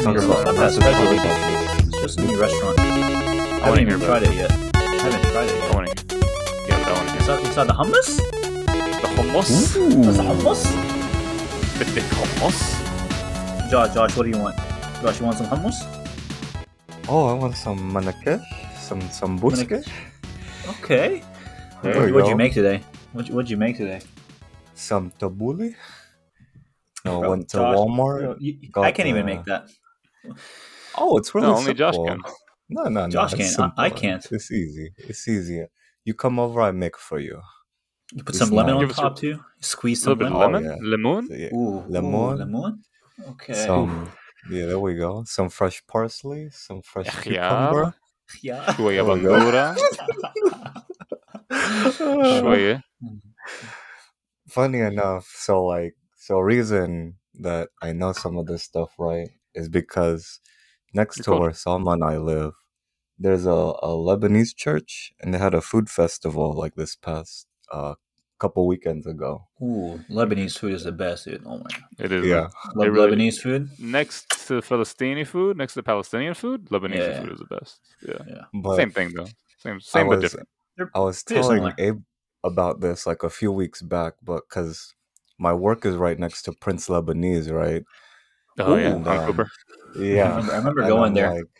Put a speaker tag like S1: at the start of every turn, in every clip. S1: Thunderbolt.
S2: I've had special edition. It's just a new restaurant. I
S1: I want to
S2: haven't
S1: hear
S2: even
S1: about
S2: tried
S1: it.
S2: it yet. I haven't tried it
S1: I
S2: yet.
S1: want to hear. Yeah, but I want to
S2: Is
S1: hear.
S2: that, is that the hummus?
S1: The hummus?
S2: That's the hummus?
S1: The, the hummus?
S2: Josh, Josh, what do you want? Josh, you want some hummus?
S3: Oh, I want some manakash, some some
S2: Manakash? Okay.
S3: There
S2: what,
S3: you
S2: what'd you
S3: go.
S2: make today? What, what'd you make today?
S3: some tabbouleh. No,
S2: Bro,
S3: went to
S2: Josh,
S3: Walmart.
S2: you- you-
S3: got,
S2: I can't even
S3: uh,
S2: make that.
S3: Oh, it's really
S1: No, only Josh
S3: simple.
S1: can.
S3: No, no, no.
S2: Josh
S3: it's
S2: can. I- I
S3: simple.
S2: can't.
S3: It's easy. It's easy. You come over, I make for you.
S2: You put
S3: it's
S2: some lemon
S3: nice.
S2: on
S1: Give us a-
S2: top too. Squeeze
S1: A little bit
S2: some
S1: of
S2: lemon.
S1: lemon?
S3: Oh,
S1: Lemon?
S3: So, yeah,
S2: Ooh,
S3: Lemon.
S2: Ooh, lemon. Okay.
S3: some. Yeah, there we go. Some fresh parsley, some fresh
S1: Ach, yeah.
S3: cucumber.
S2: Yeah.
S1: Shoye
S3: There we go.
S1: bandura. Shoye.
S3: funny enough, so like so reason that I know some of this stuff right is because next
S1: You're
S3: to
S1: cold.
S3: where Salma and I live, there's a, a Lebanese church and they had a food festival like this past uh couple weekends ago.
S2: Ooh, Lebanese food is the best, dude. Oh my god.
S1: It is.
S3: Yeah.
S2: Love
S1: It really-
S2: Lebanese food.
S1: Next to Palestinian food, next to Palestinian food, Lebanese
S2: Yeah.
S1: food is the best. Yeah.
S3: But
S1: same thing though. Same
S3: I
S1: same but
S3: was,
S1: different.
S2: They're
S3: I was
S2: pretty
S3: telling
S2: similar.
S3: Abe about this like a few weeks back, but because my work is right next to Prince Lebanese, right?
S1: Oh yeah.
S3: Ooh.
S1: Frank Cooper.
S2: I
S3: Yeah.
S2: remember, I remember
S3: And
S2: going
S3: I'm
S2: there.
S3: like-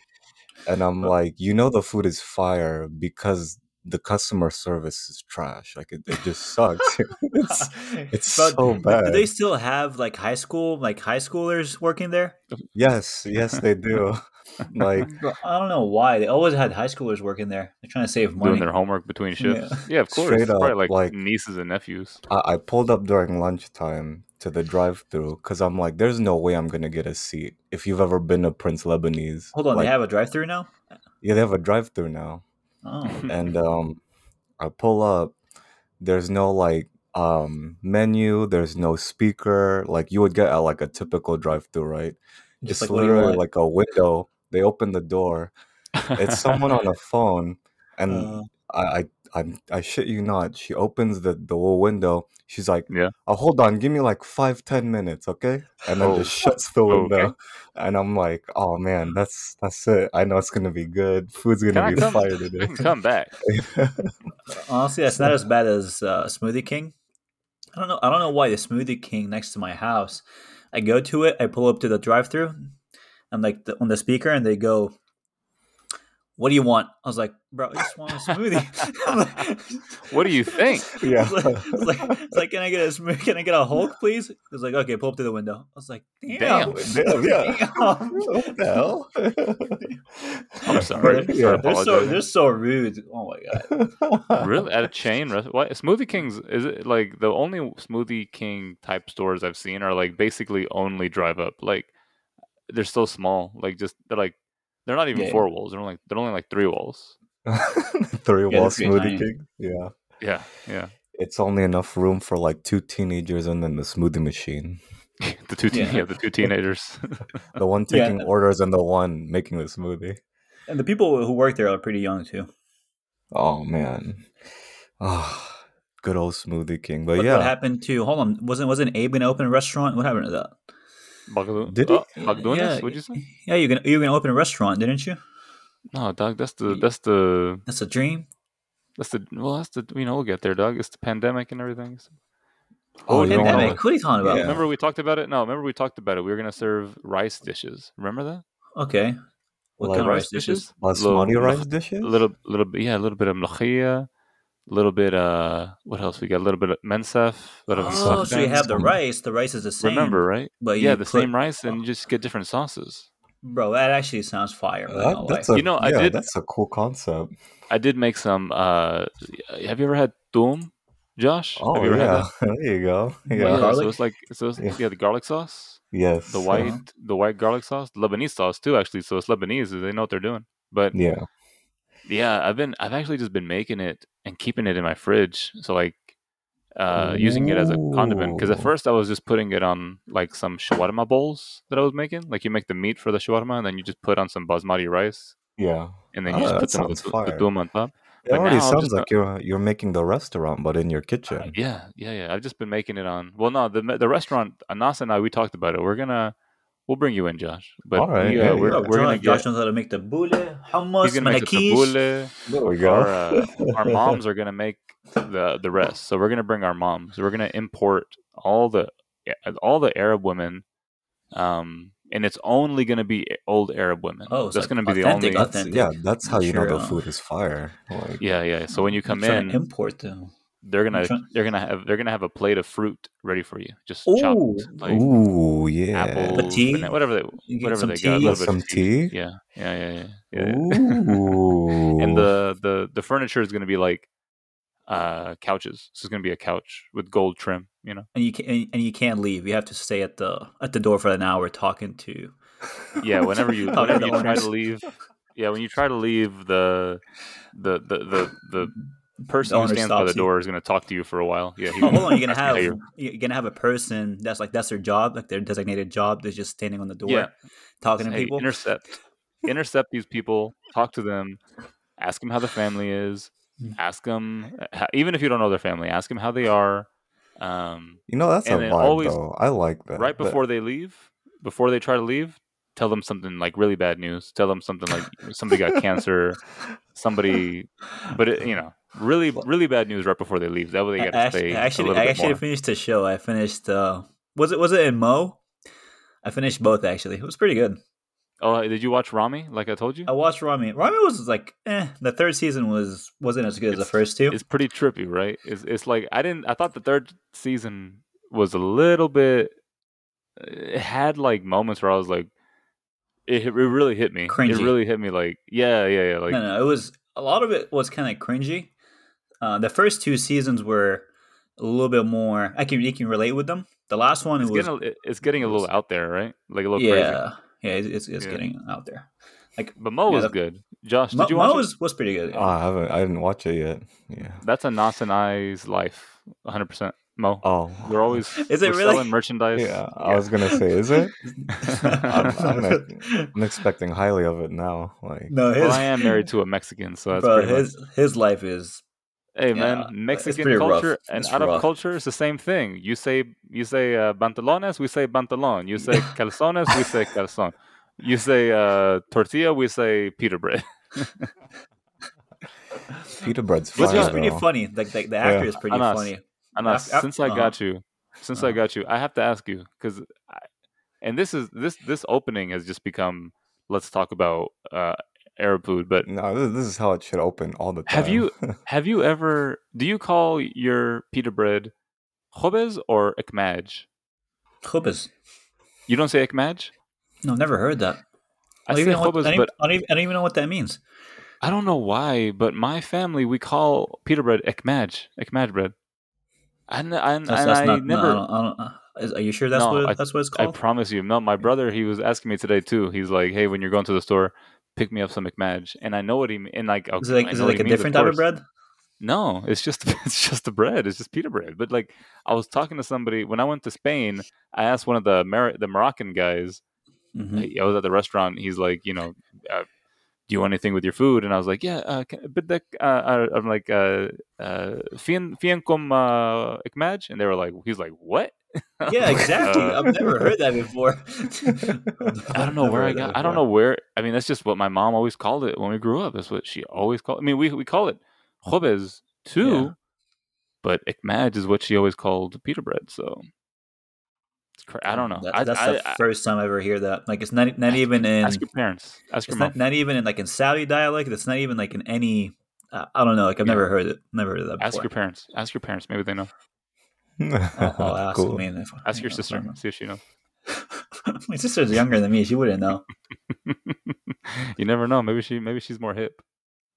S3: and I'm like, you know, the food is fire because the customer service is trash. Like it, it just sucks. it's it's
S2: But
S3: so bad.
S2: Do they still have like high school, like high schoolers working there?
S3: Yes, yes, they do. like
S2: Bro, I don't know why they always had high schoolers working there. They're trying to save money.
S1: Doing their homework between shifts. Yeah, of course.
S3: Straight
S1: It's
S3: up,
S1: probably like,
S3: like-
S1: nieces and nephews.
S3: I, I pulled up during lunchtime to the drive-through because I'm like, there's no way I'm gonna get a seat. If you've ever been to Prince Lebanese,
S2: Hold on,
S3: like,
S2: they have a drive-through now.
S3: yeah, they have a drive-through now.
S2: Oh,
S3: and um i pull up there's no like um menu there's no speaker like you would get at like a typical drive through right
S2: just
S3: it's
S2: like what do you
S3: literally
S2: want?
S3: like a window they open the door it's someone on a phone and
S2: Uh,
S3: i i I'm, i shit you not she opens the the little window she's like
S1: Yeah.
S3: oh hold on give me like five ten minutes okay and then
S1: Oh.
S3: just shuts the
S1: Okay.
S3: window and i'm like oh man that's that's it i know it's gonna be good food's
S1: Can
S3: gonna
S1: I
S3: be
S1: come-
S3: fire
S1: I
S3: today
S1: can come back.
S2: honestly, that's not as bad as uh, Smoothie King. I don't know. I don't know why the Smoothie King next to my house. I go to it. I pull up to the drive-through. I'm like the, on the speaker, and they go, "What do you want?" I was like, "Bro, I just want a smoothie." I'm like-
S1: What do you think?
S3: yeah
S2: It's like, it's like, it's like, can I get a sm- can I get a Hulk, please? It's like, okay, pull up to the window. I was like,
S1: Damn.
S2: damn,
S3: Damn, yeah.
S2: Damn.
S3: what the hell?
S1: I'm sorry. Sorry.
S3: But,
S2: they're so
S1: Apologize.
S2: they're so rude. Oh my god,
S1: Really? At a chain restaurant? Why Smoothie King's is it like the only Smoothie King type stores I've seen are like basically only drive up. Like they're so small. Like just they're like they're not even
S2: Yeah.
S1: four walls. They're only like they're only like three walls.
S3: Three
S2: Yeah,
S3: wall
S2: that's pretty
S3: smoothie
S2: tiny.
S3: king. Yeah.
S1: Yeah, yeah.
S3: It's only enough room for like two teenagers and then the smoothie machine.
S1: The two teen, yeah.
S2: Yeah.
S1: the two teenagers.
S3: The one
S2: Yeah.
S3: taking orders and the one making the smoothie.
S2: and the people who work there are pretty young too.
S3: Oh man. Oh, good old smoothie king. But
S2: What,
S3: yeah.
S2: what happened to? Hold on, wasn't wasn't Abe gonna open a restaurant? What happened to that?
S1: Bagdun-
S3: Did he?
S1: Oh, Bagdunas, What'd you say?
S2: Yeah, you're gonna you're gonna open a restaurant, didn't you?
S1: No, dog. That's the that's the
S2: That's a dream.
S1: that's the well. That's the you know we'll get there, dog. It's the pandemic and everything.
S3: oh, you don't
S1: know.
S2: Pandemic. What are you talking about?
S3: Yeah.
S1: Remember we talked about it? No, remember we talked about it. We were gonna serve rice dishes. Remember that?
S2: Okay. What
S3: Like
S2: kind of
S3: rice
S2: rice dishes?
S3: Basmati
S1: Little-
S3: rice dishes?
S1: A little, little bit. Yeah, a little bit of mlachia. A little bit. Uh, what else? We got a little bit of mensaf. A little bit of
S2: Oh, so you
S1: saftan.
S2: have the
S3: Some-
S2: rice. The rice is the same.
S1: Remember, right?
S2: But
S1: yeah,
S2: you
S1: the
S2: put-
S1: same rice, and you just get different sauces.
S2: Bro, that actually sounds fire. man.
S3: That-
S2: No
S3: that's
S2: way.
S3: a,
S1: You know, I
S3: yeah,
S1: did-
S3: that's a cool concept.
S1: I did make some. Uh, have you ever had tum, Josh?
S3: Oh
S1: have you ever had
S3: yeah.
S1: that?
S3: there you go.
S1: Yeah,
S3: Yeah.
S2: Garlic?
S1: so it's like so it's, yeah.
S3: Yeah.
S1: the garlic sauce,
S3: Yes.
S1: the
S3: uh,
S1: white the white garlic sauce, Lebanese sauce too actually. So it's Lebanese, they know what they're doing. But
S3: Yeah.
S1: Yeah, I've been I've actually just been making it and keeping it in my fridge. So like uh using it as a condiment because at
S3: Ooh.
S1: first I was just putting it on like some shawarma bowls that I was making. Like you make the meat for the shawarma and then you just put on some basmati rice
S3: Yeah.
S1: and then
S3: Ah,
S1: you just
S3: that
S1: put some of the,
S3: sounds
S1: tu- the
S3: fire.
S1: doom on top.
S3: It
S1: But
S3: already
S1: now I'm
S3: sounds
S1: just uh
S3: like you're you're making the restaurant, but in your kitchen.
S1: Yeah, yeah, yeah. I've just been making it on. Well, no, the the restaurant Anas and I we talked about it. We're gonna We'll bring you in, Josh. But
S3: All right,
S1: we, uh,
S3: yeah,
S1: we're,
S3: yeah.
S1: we're gonna
S2: Josh, Josh
S1: get.
S2: knows how to make the boule, hummus,
S1: He's gonna make the
S2: manakish.
S1: tabbouleh.
S3: There we
S1: Our,
S3: go.
S1: uh, our moms are gonna make the the rest. So we're gonna bring our moms. We're gonna import all the yeah, all the Arab women, um, and it's only gonna be old Arab women.
S2: Oh, it's
S1: that's
S2: like
S1: gonna be the
S2: authentic,
S1: only.
S2: authentic.
S3: That's, yeah, that's how you know the
S2: Sure.
S3: food is fire. Like,
S1: Yeah, yeah. So when uh, you come
S2: Trying to
S1: in,
S2: import them.
S1: they're gonna
S2: I'm trying-
S1: they're gonna have they're gonna have a plate of fruit ready for you, just
S2: Ooh.
S1: chopped like
S3: ooh, yeah.
S1: apples,
S2: But tea?
S1: banana- whatever they
S2: You get
S1: whatever
S2: some
S1: they got, a little
S2: tea?
S1: bit
S3: Some
S1: of tea.
S3: tea?
S1: Yeah, yeah, yeah, yeah. yeah, yeah.
S3: Ooh.
S1: and the the the furniture is going to be like uh couches so it's going to be a couch with gold trim you know
S2: And you can and, and you can't leave. You have to stay at the at the door for an hour talking to
S1: yeah whenever you
S2: Talking
S1: whenever
S2: to
S1: you
S2: the
S1: try
S2: owners.
S1: to leave yeah when you try to leave the the the the, the person
S2: The
S1: who
S2: owner
S1: stands by
S2: stops
S1: the
S2: you.
S1: door is going to talk to you for a while yeah he's
S2: Oh, hold on, you're
S1: gonna
S2: gonna
S1: ask you
S2: have
S1: how
S2: you're, gonna have a person that's like that's their job, like their designated job. They're just standing on the door,
S1: Yeah.
S2: talking to
S1: Hey,
S2: people.
S1: intercept intercept these people talk to them ask them how the family is
S2: Mm.
S1: ask them even if you don't know their family ask them how they are um
S3: you know, that's a
S1: and then
S3: vibe,
S1: always-
S3: though. I like that.
S1: right
S3: That-
S1: before they leave, before they try to leave, tell them something like really bad news. Tell them something like somebody got cancer, somebody, but it, you know, really, really bad news right before they leave. That way they
S2: I,
S1: got
S2: I
S1: to
S2: actually,
S1: stay
S2: I
S1: a
S2: actually,
S1: little
S2: I
S1: bit
S2: actually
S1: more.
S2: finished the show. I finished. Uh, was it was it in Mo? I finished both actually. It was pretty good.
S1: Oh, did you watch Rami? Like I told you,
S2: I watched Rami. Rami was like, eh. The third season was wasn't as good as the
S1: It's-
S2: first two.
S1: it's pretty trippy, right? It's it's like I didn't. I thought the third season was a little bit. It had like moments where I was like, it, it really hit me. It
S2: Cringy.
S1: really hit me. Like yeah, yeah, yeah. Like
S2: no, no, it was a lot of it was kind of cringy. Uh, the first two seasons were a little bit more. I can you can relate with them. The last one
S1: it's
S2: was
S1: getting a, it's getting a
S3: it
S1: little
S3: was-
S1: out there, right? Like a little crazy.
S2: yeah, yeah. It's it's, it's
S1: Yeah.
S2: getting out there. Like
S1: But Mo
S2: Yeah,
S1: was
S2: the-
S1: good. Josh, did
S2: Mo,
S1: you watch
S2: Mo
S1: it?
S2: was was pretty good.
S3: Oh, I haven't. I didn't watch it yet. Yeah.
S1: That's a Nas and I's life, 100%. Mo,
S3: Oh,
S1: we're always
S2: Is it
S1: we're
S2: really?
S1: selling merchandise.
S3: Yeah, I was gonna say, is it? I'm, I'm, ex- I'm expecting highly of it now. Like,
S2: no, his
S1: well, I am married to a Mexican, so that's
S2: bro,
S1: pretty much-
S2: his his life is
S1: Hey
S2: yeah,
S1: man,
S2: it's
S1: Mexican
S2: pretty rough.
S1: culture and
S2: It's
S1: Arab
S2: rough.
S1: culture is the same thing. You say you say uh, pantalones, we say pantalon. You say calzones, we say calzon. You say uh, tortilla, we say pita bread.
S3: pita
S1: What's
S3: bread's
S2: It's
S3: fire.
S1: your-
S2: just pretty
S3: though.
S2: funny. Like the, the actor
S3: Yeah.
S2: is pretty
S1: Anas.
S2: funny.
S1: Anas,
S2: Af- af-
S1: since I
S2: uh-huh.
S1: got you, since I
S2: Uh-huh.
S1: got you, I have to ask you because, and this is this this opening has just become let's talk about uh, Arab food. But
S3: No, this, this is how it should open all the time.
S1: Have you- have you ever do you call your pita bread khubes or ekmaj?
S2: Chupas.
S1: You don't say ekmaj.
S2: No, I've never heard that.
S1: I
S2: don't
S1: say
S2: even know what- I
S1: khubes,
S2: don't
S1: but
S2: even- I don't even- I don't even know what that means.
S1: I don't know why. But my family we call pita bread ekmaj, ekmaj bread. And, and,
S2: That's,
S1: and
S2: that's
S1: I
S2: not. no,
S1: never
S2: I don't, I don't, uh, is, are you sure that's
S1: No,
S2: what
S1: I-
S2: that's what it's
S1: I
S2: called?
S1: promise you. No, my brother, he was asking me today too. He's like, "Hey, when you're going to the store, pick me up some McMadge." And I know what he me- and like.
S2: is
S1: okay,
S2: it like
S1: I
S2: is it
S1: know what
S2: like
S1: he
S2: a
S1: means,
S2: different type of
S1: course.
S2: bread?
S1: No, it's just it's just the bread. It's just pita bread. But like, I was talking to somebody when I went to Spain. I asked one of the Mar- the Moroccan guys.
S2: Mhm.
S1: I was at the restaurant. He's like, you know. Uh, do you want anything with your food? And I was like, yeah, uh, can, but the, uh, uh, I'm like, uh, uh, fian, fiankum, uh, ikmaj? And they were like, he's like, what? I
S2: Yeah,
S1: was like,
S2: exactly.
S1: "Uh,
S2: I've never heard that before.
S1: I don't know where I got. I don't know where. I mean, that's just what my mom always called it when we grew up. That's what she always called. I mean, we we call it chobes too,
S2: Yeah.
S1: but ikmaj is what she always called pita bread. So it's cra- I don't know.
S2: That-
S1: I,
S2: that's
S1: I,
S2: the
S1: I-
S2: first time I ever hear that. Like it's not not
S1: Ask-
S2: even in
S1: ask your parents. Ask your
S2: it's
S1: mom.
S2: not, not even in like in Saudi dialect. It's not even like in any. Uh, I don't know. Like I've
S1: Yeah.
S2: never heard it. Never heard of that
S1: Ask
S2: before.
S1: your parents. Ask your parents. Maybe they know.
S2: I'll, I'll ask. I
S3: cool.
S2: mean, if,
S1: Ask
S2: you
S1: your
S2: know, if
S1: sister.
S2: I'm-
S1: See if she knows.
S2: My sister's younger than me. She wouldn't know.
S1: you never know. Maybe she. Maybe she's more hip.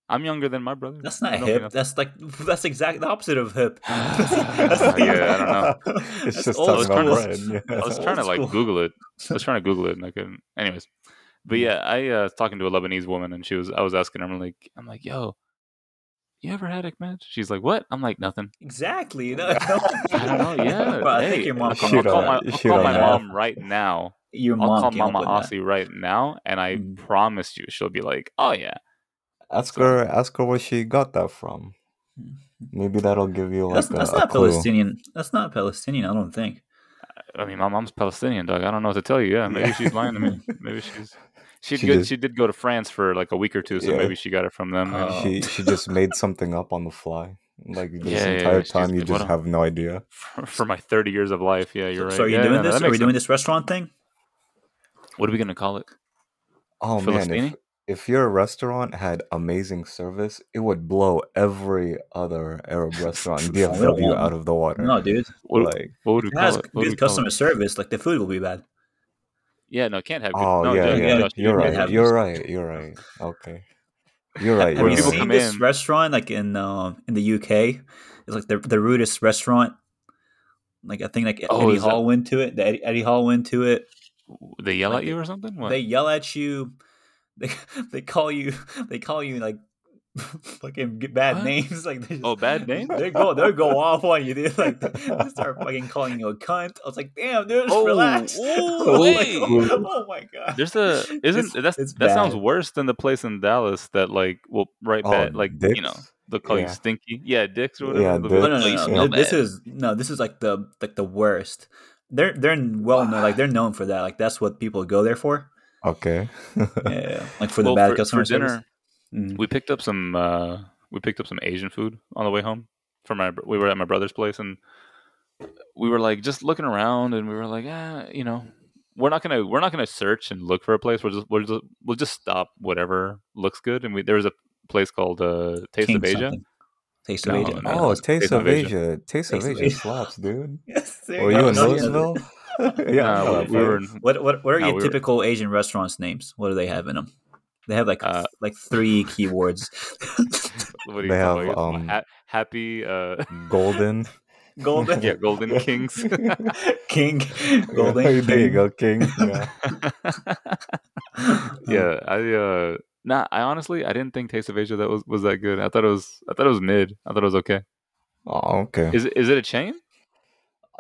S1: I'm younger than my brother.
S2: That's not
S1: I don't
S2: hip.
S1: think
S2: That's like that's exactly the opposite of hip.
S1: that's- yeah, I don't know.
S3: It's
S2: That's
S3: just
S2: old
S3: talking
S1: school.
S3: about bread. yeah.
S1: I was trying to
S2: old
S1: like
S2: school.
S1: Google it. I was trying to Google it and I couldn't. Anyways, but
S2: Mm.
S1: yeah, I uh, was talking to a Lebanese woman and she was. I was asking her. I'm like, I'm like, yo, you ever had ekmaj? She's like, what? I'm like, nothing.
S2: Exactly. You know?
S1: Oh, I don't know. Yeah.
S2: Bro, I
S1: hey,
S2: think your mom.
S1: I'll call,
S3: She
S1: I'll call
S3: don't-
S1: my, I'll
S3: she
S1: call
S3: don't
S1: my
S3: know.
S1: mom right now.
S2: Your
S1: I'll
S2: mom
S1: call
S2: came up
S1: Mama
S2: with that.
S1: Aussie right now, and I
S2: Mm.
S1: promise you, she'll be like, oh yeah.
S3: Ask her. Ask her where she got that from. Maybe that'll give you like
S2: That's,
S3: a,
S2: that's
S3: a
S1: uh,
S2: not
S3: clue.
S2: Palestinian. That's not Palestinian. I don't think.
S1: I mean, my mom's Palestinian, dog. I don't know what to tell you. Yeah, maybe
S3: Yeah.
S1: she's lying to me. Maybe she's she
S3: She
S1: did go,
S3: just-
S1: she did go to France for like a week or two, so
S3: Yeah.
S1: maybe she got it from them.
S2: Oh.
S3: She she just made something up on the fly. Like this
S1: Yeah, yeah,
S3: entire
S1: she's
S3: time, you
S1: like,
S3: just
S1: "What
S3: have no idea.
S1: for, for my thirty years of life. Yeah, you're right.
S2: So are you
S1: Yeah,
S2: doing
S1: no, no,
S2: this?
S1: that
S2: Are we
S1: makes
S2: doing
S1: sense.
S2: this restaurant thing?
S1: What are we gonna call it?
S3: Oh man,
S1: Philistini?
S3: if, if your restaurant had amazing service, it would blow every other Arab restaurant in
S1: We don't
S3: DFW
S2: want-
S3: out of the water.
S2: No, dude.
S1: What,
S3: like,
S1: what would we
S2: It
S1: call
S2: has
S1: it? What would we
S2: good
S1: call it?
S2: customer service. Like the food will be bad.
S1: Yeah, no, can't have. Good,
S3: oh
S1: no,
S3: yeah,
S1: Josh,
S3: yeah,
S1: Josh,
S3: you're
S1: can't
S3: right.
S1: have-
S2: have
S3: You're right. You're right. Okay, you're right.
S2: Have
S3: You're
S2: you
S1: people
S2: seen
S1: come
S3: right.
S2: this
S1: in-
S2: restaurant like in um in the UK? It's like the the rudest restaurant. Like I think like
S1: Oh,
S2: Eddie
S1: is that-
S2: Hall went to it. The Eddie, Eddie Hall went to it.
S1: They yell
S2: Like
S1: at you or something? What?
S2: They yell at you. They they call you. They call you like fucking get bad
S1: What?
S2: names. Like they just,
S1: oh, bad name.
S2: They go they go off on you, dude. Like they start fucking calling you a cunt. I was like, damn, dude, just
S1: Oh,
S2: relax.
S1: oh,
S2: Like,
S1: wait.
S2: oh, oh my god.
S1: There's a
S2: It's-
S1: isn't that's
S2: it's
S1: that sounds
S2: bad.
S1: worse than the place in Dallas that like will write
S3: Oh,
S1: bad like you know
S3: Dick's?
S1: they'll call you
S3: Yeah.
S1: stinky yeah dicks or whatever
S3: Yeah,
S1: They'll be like,
S2: No, no,
S1: "Oh,
S2: no,
S1: you
S2: no.
S1: smell
S2: Th- This
S1: bad."
S2: is no. This is like the like the worst. They're they're well known. Like they're known for that. Like that's what people go there for.
S3: Okay.
S2: Yeah, like for the
S1: Well,
S2: bad
S1: for-
S2: customer
S1: for dinner
S2: service. Mm.
S1: we picked up some uh we picked up some Asian food on the way home from my we were at my brother's place and we were like just looking around and we were like ah you know we're not gonna we're not gonna search and look for a place we're just we're just we'll just stop whatever looks good and we there was a place called uh Taste
S2: King
S1: of Asia
S2: something. Taste of
S1: No,
S2: Asia.
S1: no.
S3: oh,
S1: that's
S3: Taste of Asia. Taste of
S2: Taste of
S3: Asia
S2: Asia.
S3: slaps, dude.
S2: Yes, there
S3: Were
S2: go.
S3: you in
S2: No, yeah.
S3: Louisville? yeah, I
S1: Nah, we-
S3: know that
S1: we were
S3: place.
S1: in-
S2: What what what are
S1: No,
S2: your
S1: we were-
S2: typical Asian restaurants names? What do they have in them? They have like
S1: Uh,
S2: like three keywords.
S1: what do you
S3: They
S1: call
S3: have,
S1: it?
S3: um,
S1: Ha- happy uh
S3: Golden.
S2: Golden
S1: yeah golden kings
S2: King, Golden
S3: Hey,
S2: King.
S3: There you go, King. Yeah.
S1: yeah, I uh nah, I honestly I didn't think Taste of Asia that was, was that good. I thought it was I thought it was mid. I thought it was okay.
S3: Oh, okay. Uh,
S1: Is it is it a chain?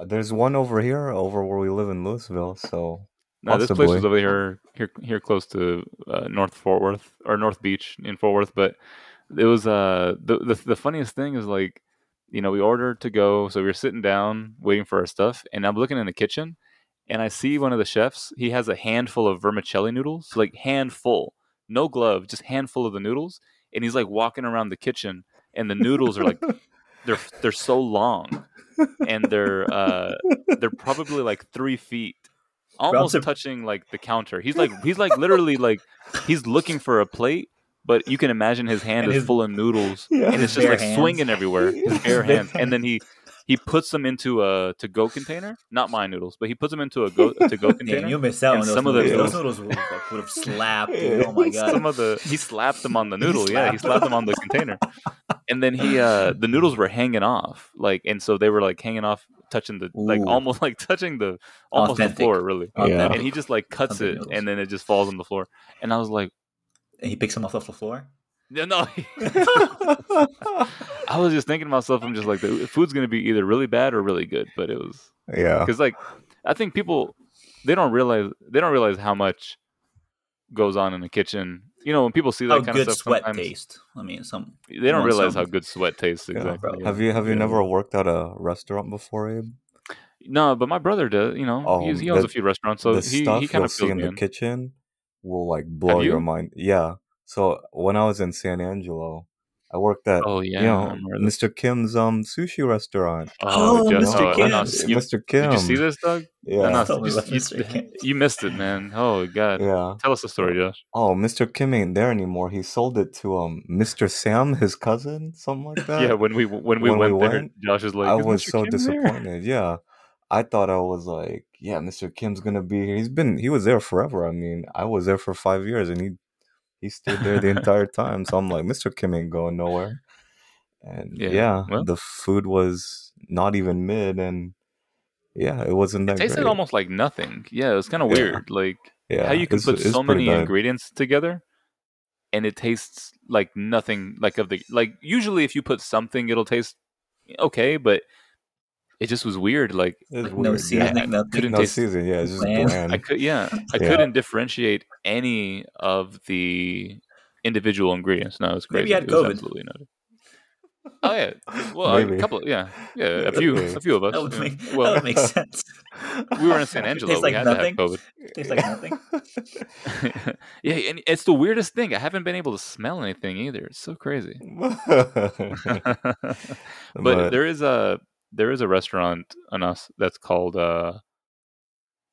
S3: There's one over here, over where we live in Louisville. So
S1: No, this place was
S3: Possibly.
S1: over here here here close to uh, North Fort Worth or North Beach in Fort Worth, but it was uh the, the the funniest thing is like you know, we ordered to go, so we were sitting down waiting for our stuff and I'm looking in the kitchen and I see one of the chefs, he has a handful of vermicelli noodles, like handful, no glove, just handful of the noodles and he's like walking around the kitchen and the noodles are like they're they're so long and they're uh they're probably like three feet almost
S2: sur-
S1: touching like the counter he's like he's like literally like he's looking for a plate but you can imagine his hand
S2: And
S1: is
S2: his-
S1: full of noodles
S3: yeah,
S1: and
S2: his
S1: it's just
S2: bare
S1: like
S2: hands.
S1: swinging everywhere his bare
S2: bare
S1: hands and then he he puts them into a to go container not my noodles but he puts them into a go to go
S2: Damn,
S1: container
S2: you missed out
S1: And
S2: on those
S1: some of the
S2: noodles. Those noodles would have, like, would have slapped. Dude. Oh my god.
S1: some of the he slapped them on the
S2: He
S1: noodle yeah he
S2: slapped
S1: slapped them on the container and then he uh the noodles were hanging off like and so they were like hanging off touching the like
S2: Ooh.
S1: almost like touching the almost
S2: Authentic.
S1: the floor really
S3: Yeah.
S2: Authentic.
S1: and he just like cuts
S2: Something
S1: it
S2: noodles.
S1: and then it just falls on the floor and i was like
S2: And he picks them off off the floor.
S1: no, no. i was just thinking to myself i'm just like the food's gonna be either really bad or really good but it was
S3: yeah.
S1: because like i think people they don't realize they don't realize how much goes on in the kitchen you know when people see that
S2: How
S1: kind
S2: good
S1: of stuff
S2: sweat
S1: sometimes
S2: taste. I mean, some
S1: they don't
S2: Or
S1: realize how
S2: something.
S1: good sweat tastes exactly
S2: bro.
S1: yeah.
S3: Have you have you
S1: Yeah.
S3: never worked at a restaurant before, Abe?
S1: No, but my brother does. You know,
S3: Oh,
S1: he's, he owns
S3: the-
S1: a few restaurants, so
S3: the
S1: he,
S3: stuff
S1: he kind
S3: you'll
S1: of
S3: see
S1: feels
S3: in
S1: me
S3: the
S1: in.
S3: kitchen will like blow
S1: you?
S3: your mind. Yeah. So when I was in San Angelo, I worked at
S1: Oh yeah,
S3: you
S1: I
S3: know
S1: remember this.
S3: Mr. Kim's um sushi restaurant.
S1: Oh,
S2: Oh,
S1: Jeff,
S2: Mr.
S1: oh, I know.
S2: Kim's.
S1: You-
S3: Mr.
S1: Did
S3: Kim.
S1: you see this, Doug?
S3: Yeah.
S1: I know.
S2: Tell me
S1: You-
S2: about
S1: you,
S2: Mr. Kim.
S1: you missed it, man. Oh god,
S3: Yeah.
S1: tell us the story, Josh.
S3: Oh, Mr. Kim ain't there anymore. He sold it to um Mr. Sam, his cousin, something like that.
S1: Yeah, when we when we
S3: when we
S1: went there,
S3: went,
S1: Josh is like,
S3: I
S1: "Is
S3: was
S1: Mr.
S3: so
S1: Kim there?"
S3: disappointed. Yeah. I thought I was like, yeah, Mr. Kim's gonna be here. He's been he was there forever. I mean, I was there for five years and he he stayed there the entire time. So I'm like, Mr. Kim ain't going nowhere. And
S1: Yeah,
S3: yeah,
S1: well-
S3: the food was not even mid and yeah, it wasn't that
S1: It tasted
S3: great.
S1: almost like nothing. Yeah, it was kind of
S3: Yeah.
S1: weird. Like
S3: yeah,
S1: how you can
S3: it's-
S1: put
S3: it's
S1: so
S3: pretty
S1: many
S3: bad.
S1: ingredients together and it tastes like nothing like of the like usually if you put something it'll taste okay but it just was weird like
S3: It's
S2: Like, no
S3: weird, yeah.
S2: seasoning, nothing.
S1: couldn't
S3: No
S1: taste-
S3: season, yeah, it's just
S2: Bland.
S3: bland.
S1: i could yeah i
S3: Yeah.
S1: couldn't differentiate any of the individual ingredients no it was crazy
S2: Maybe you had
S1: It was
S2: COVID.
S1: absolutely not Oh yeah. Well, a
S3: Maybe.
S1: couple. Yeah, yeah. A
S3: Yeah,
S1: few,
S3: maybe.
S1: a few of us.
S2: That would
S1: yeah.
S2: make,
S1: well,
S2: that would make sense.
S1: we were in San Angelo.
S2: Tastes
S1: we
S2: like
S1: had
S2: nothing.
S1: to have
S2: Tastes like nothing.
S1: COVID. yeah, and it's the weirdest thing. I haven't been able to smell anything either. It's so crazy. but,
S3: But-
S1: there is a there is a restaurant on us that's called uh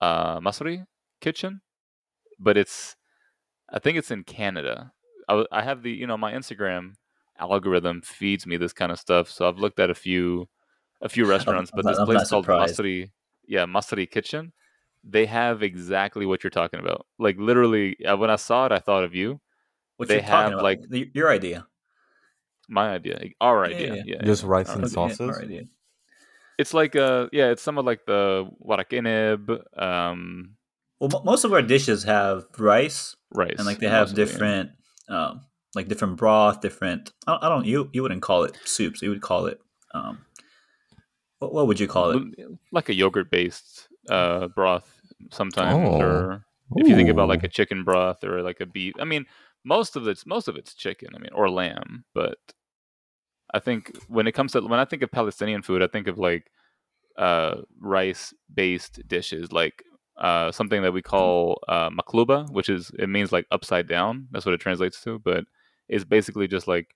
S1: uh Masuri Kitchen, but it's I think it's in Canada. I, w- I have the you know my Instagram algorithm feeds me this kind of stuff, so I've looked at a few a few restaurants, but
S2: not-
S1: this
S2: I'm
S1: place
S2: not
S1: called
S2: surprised.
S1: Masuri, yeah, Masuri Kitchen, they have exactly what you're talking about. Like literally, uh, when I saw it, I thought of you.
S2: What
S1: They
S2: you're talking
S1: have,
S2: about?
S1: like-
S2: the, your idea.
S1: My idea, our
S2: Yeah,
S1: idea,
S2: yeah.
S1: yeah,
S3: Just
S2: Oh,
S3: rice
S1: Alright.
S3: and
S1: Okay,
S3: sauces.
S2: Yeah, our idea.
S1: It's like uh yeah, it's somewhat like the warakinib, um
S2: Well, mo- most of our dishes have rice,
S1: rice.
S2: and like they have
S1: mostly.
S2: different, um, like different broth, different. I don't, I don't. You you wouldn't call it soups. You would call it. Um, what, what would you call it?
S1: like a yogurt based uh broth sometimes
S3: Oh.
S1: or if you think about like
S3: Ooh.
S1: a chicken broth or like a beef. I mean, most of it's most of it's chicken, I mean, or lamb, but I think when it comes to when I think of Palestinian food, I think of like uh rice based dishes like uh, something that we
S2: Hmm.
S1: call uh, makluba, which is it means like upside down. That's what it translates to, but it's basically just like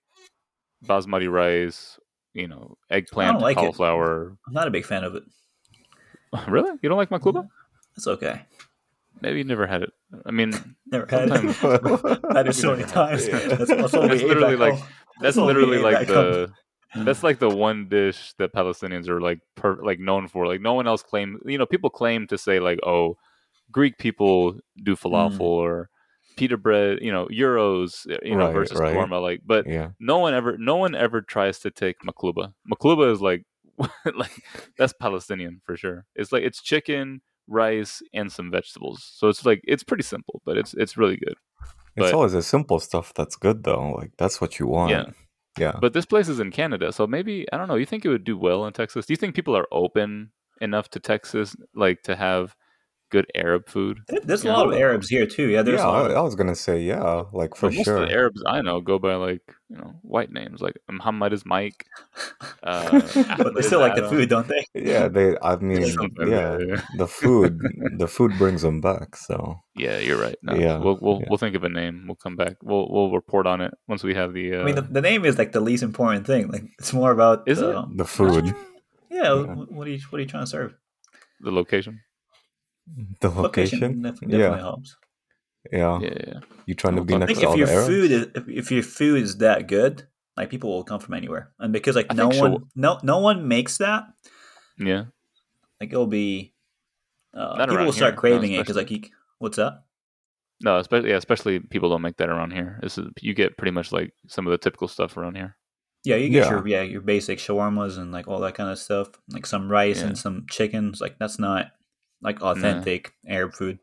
S1: basmati rice, you know, eggplant,
S2: like it.
S1: cauliflower.
S2: I'm not a big fan of it.
S1: really, you don't like
S2: Mm.
S1: makluba?
S2: It's okay.
S1: Maybe you never had it. I mean,
S2: Never had it.
S1: Sometimes-
S2: had it so many times.
S3: Yeah.
S2: That's, that's, all we
S1: That's
S2: ate
S1: literally
S2: back
S1: like-
S2: home.
S1: that's
S2: all we
S1: literally
S2: ate
S1: like
S2: back home.
S1: the that's like the one dish that Palestinians are like per, like known for. Like no one else claim you know people claim to say like oh Greek people do falafel
S2: Mm.
S1: or pita bread you know euros eh, you know
S3: Right,
S1: versus
S3: right.
S1: korma like but
S3: yeah.
S1: no one ever no one ever tries to take makluba. Makluba is like like that's Palestinian for sure. It's like it's chicken, rice, and some vegetables. So it's like it's pretty simple, but it's it's really good. But-
S3: it's always the simple stuff that's good though. Like that's what you want.
S1: Yeah.
S3: Yeah.
S1: But this place is in Canada, so maybe I don't know. You think it would do well in Texas? Do you think people are open enough to Texas, like to have good Arab food?
S2: There- There's a
S1: Yeah.
S2: lot of Arabs here too. Yeah, there's
S3: yeah,
S2: a
S3: I,
S2: lot.
S3: I was gonna say yeah, like for
S1: Like, most
S3: sure.
S1: of the Arabs I know go by like you know white names, like Muhammad is Mike. Uh,
S2: but
S1: Ahmed
S2: they
S1: is
S2: still like the
S1: Adam.
S2: food, don't they?
S3: yeah, they. I mean,
S1: Something.
S3: yeah, the food, the food brings them back. So
S1: Yeah, you're right. No,
S3: Yeah,
S1: we'll we'll,
S3: yeah.
S1: we'll think of a name. We'll come back. We'll we'll report on it once we have the. Uh,
S2: I mean, the, the name is like the least important thing. Like it's more about
S1: Is it?
S2: uh,
S3: the food,
S2: Yeah, wh- what are you what are you trying to serve?
S1: the location.
S3: the location.
S2: def- definitely
S3: yeah,
S2: helps.
S3: yeah,
S1: Yeah, yeah, yeah.
S3: You trying to
S1: We'll
S3: be
S1: talk
S2: I
S3: next
S2: think
S3: to
S2: if
S3: all
S2: your
S3: the Arabs?
S2: food is if, if your food is that good, like people will come from anywhere, and because like
S1: I
S2: no
S1: think
S2: one
S1: shaw-
S2: no no one makes that,
S1: yeah.
S2: like it'll be uh,
S1: Not
S2: people
S1: around
S2: will start
S1: here, not
S2: craving it because like you, c- what's that?
S1: No, especially yeah, especially people don't make that around here. This is you get pretty much like some of the typical stuff around here.
S2: Yeah, you get
S3: Yeah.
S2: your yeah your basic shawarmas and like all that kind of stuff, like some rice
S1: Yeah.
S2: and some chickens. Like that's not like authentic Arab food.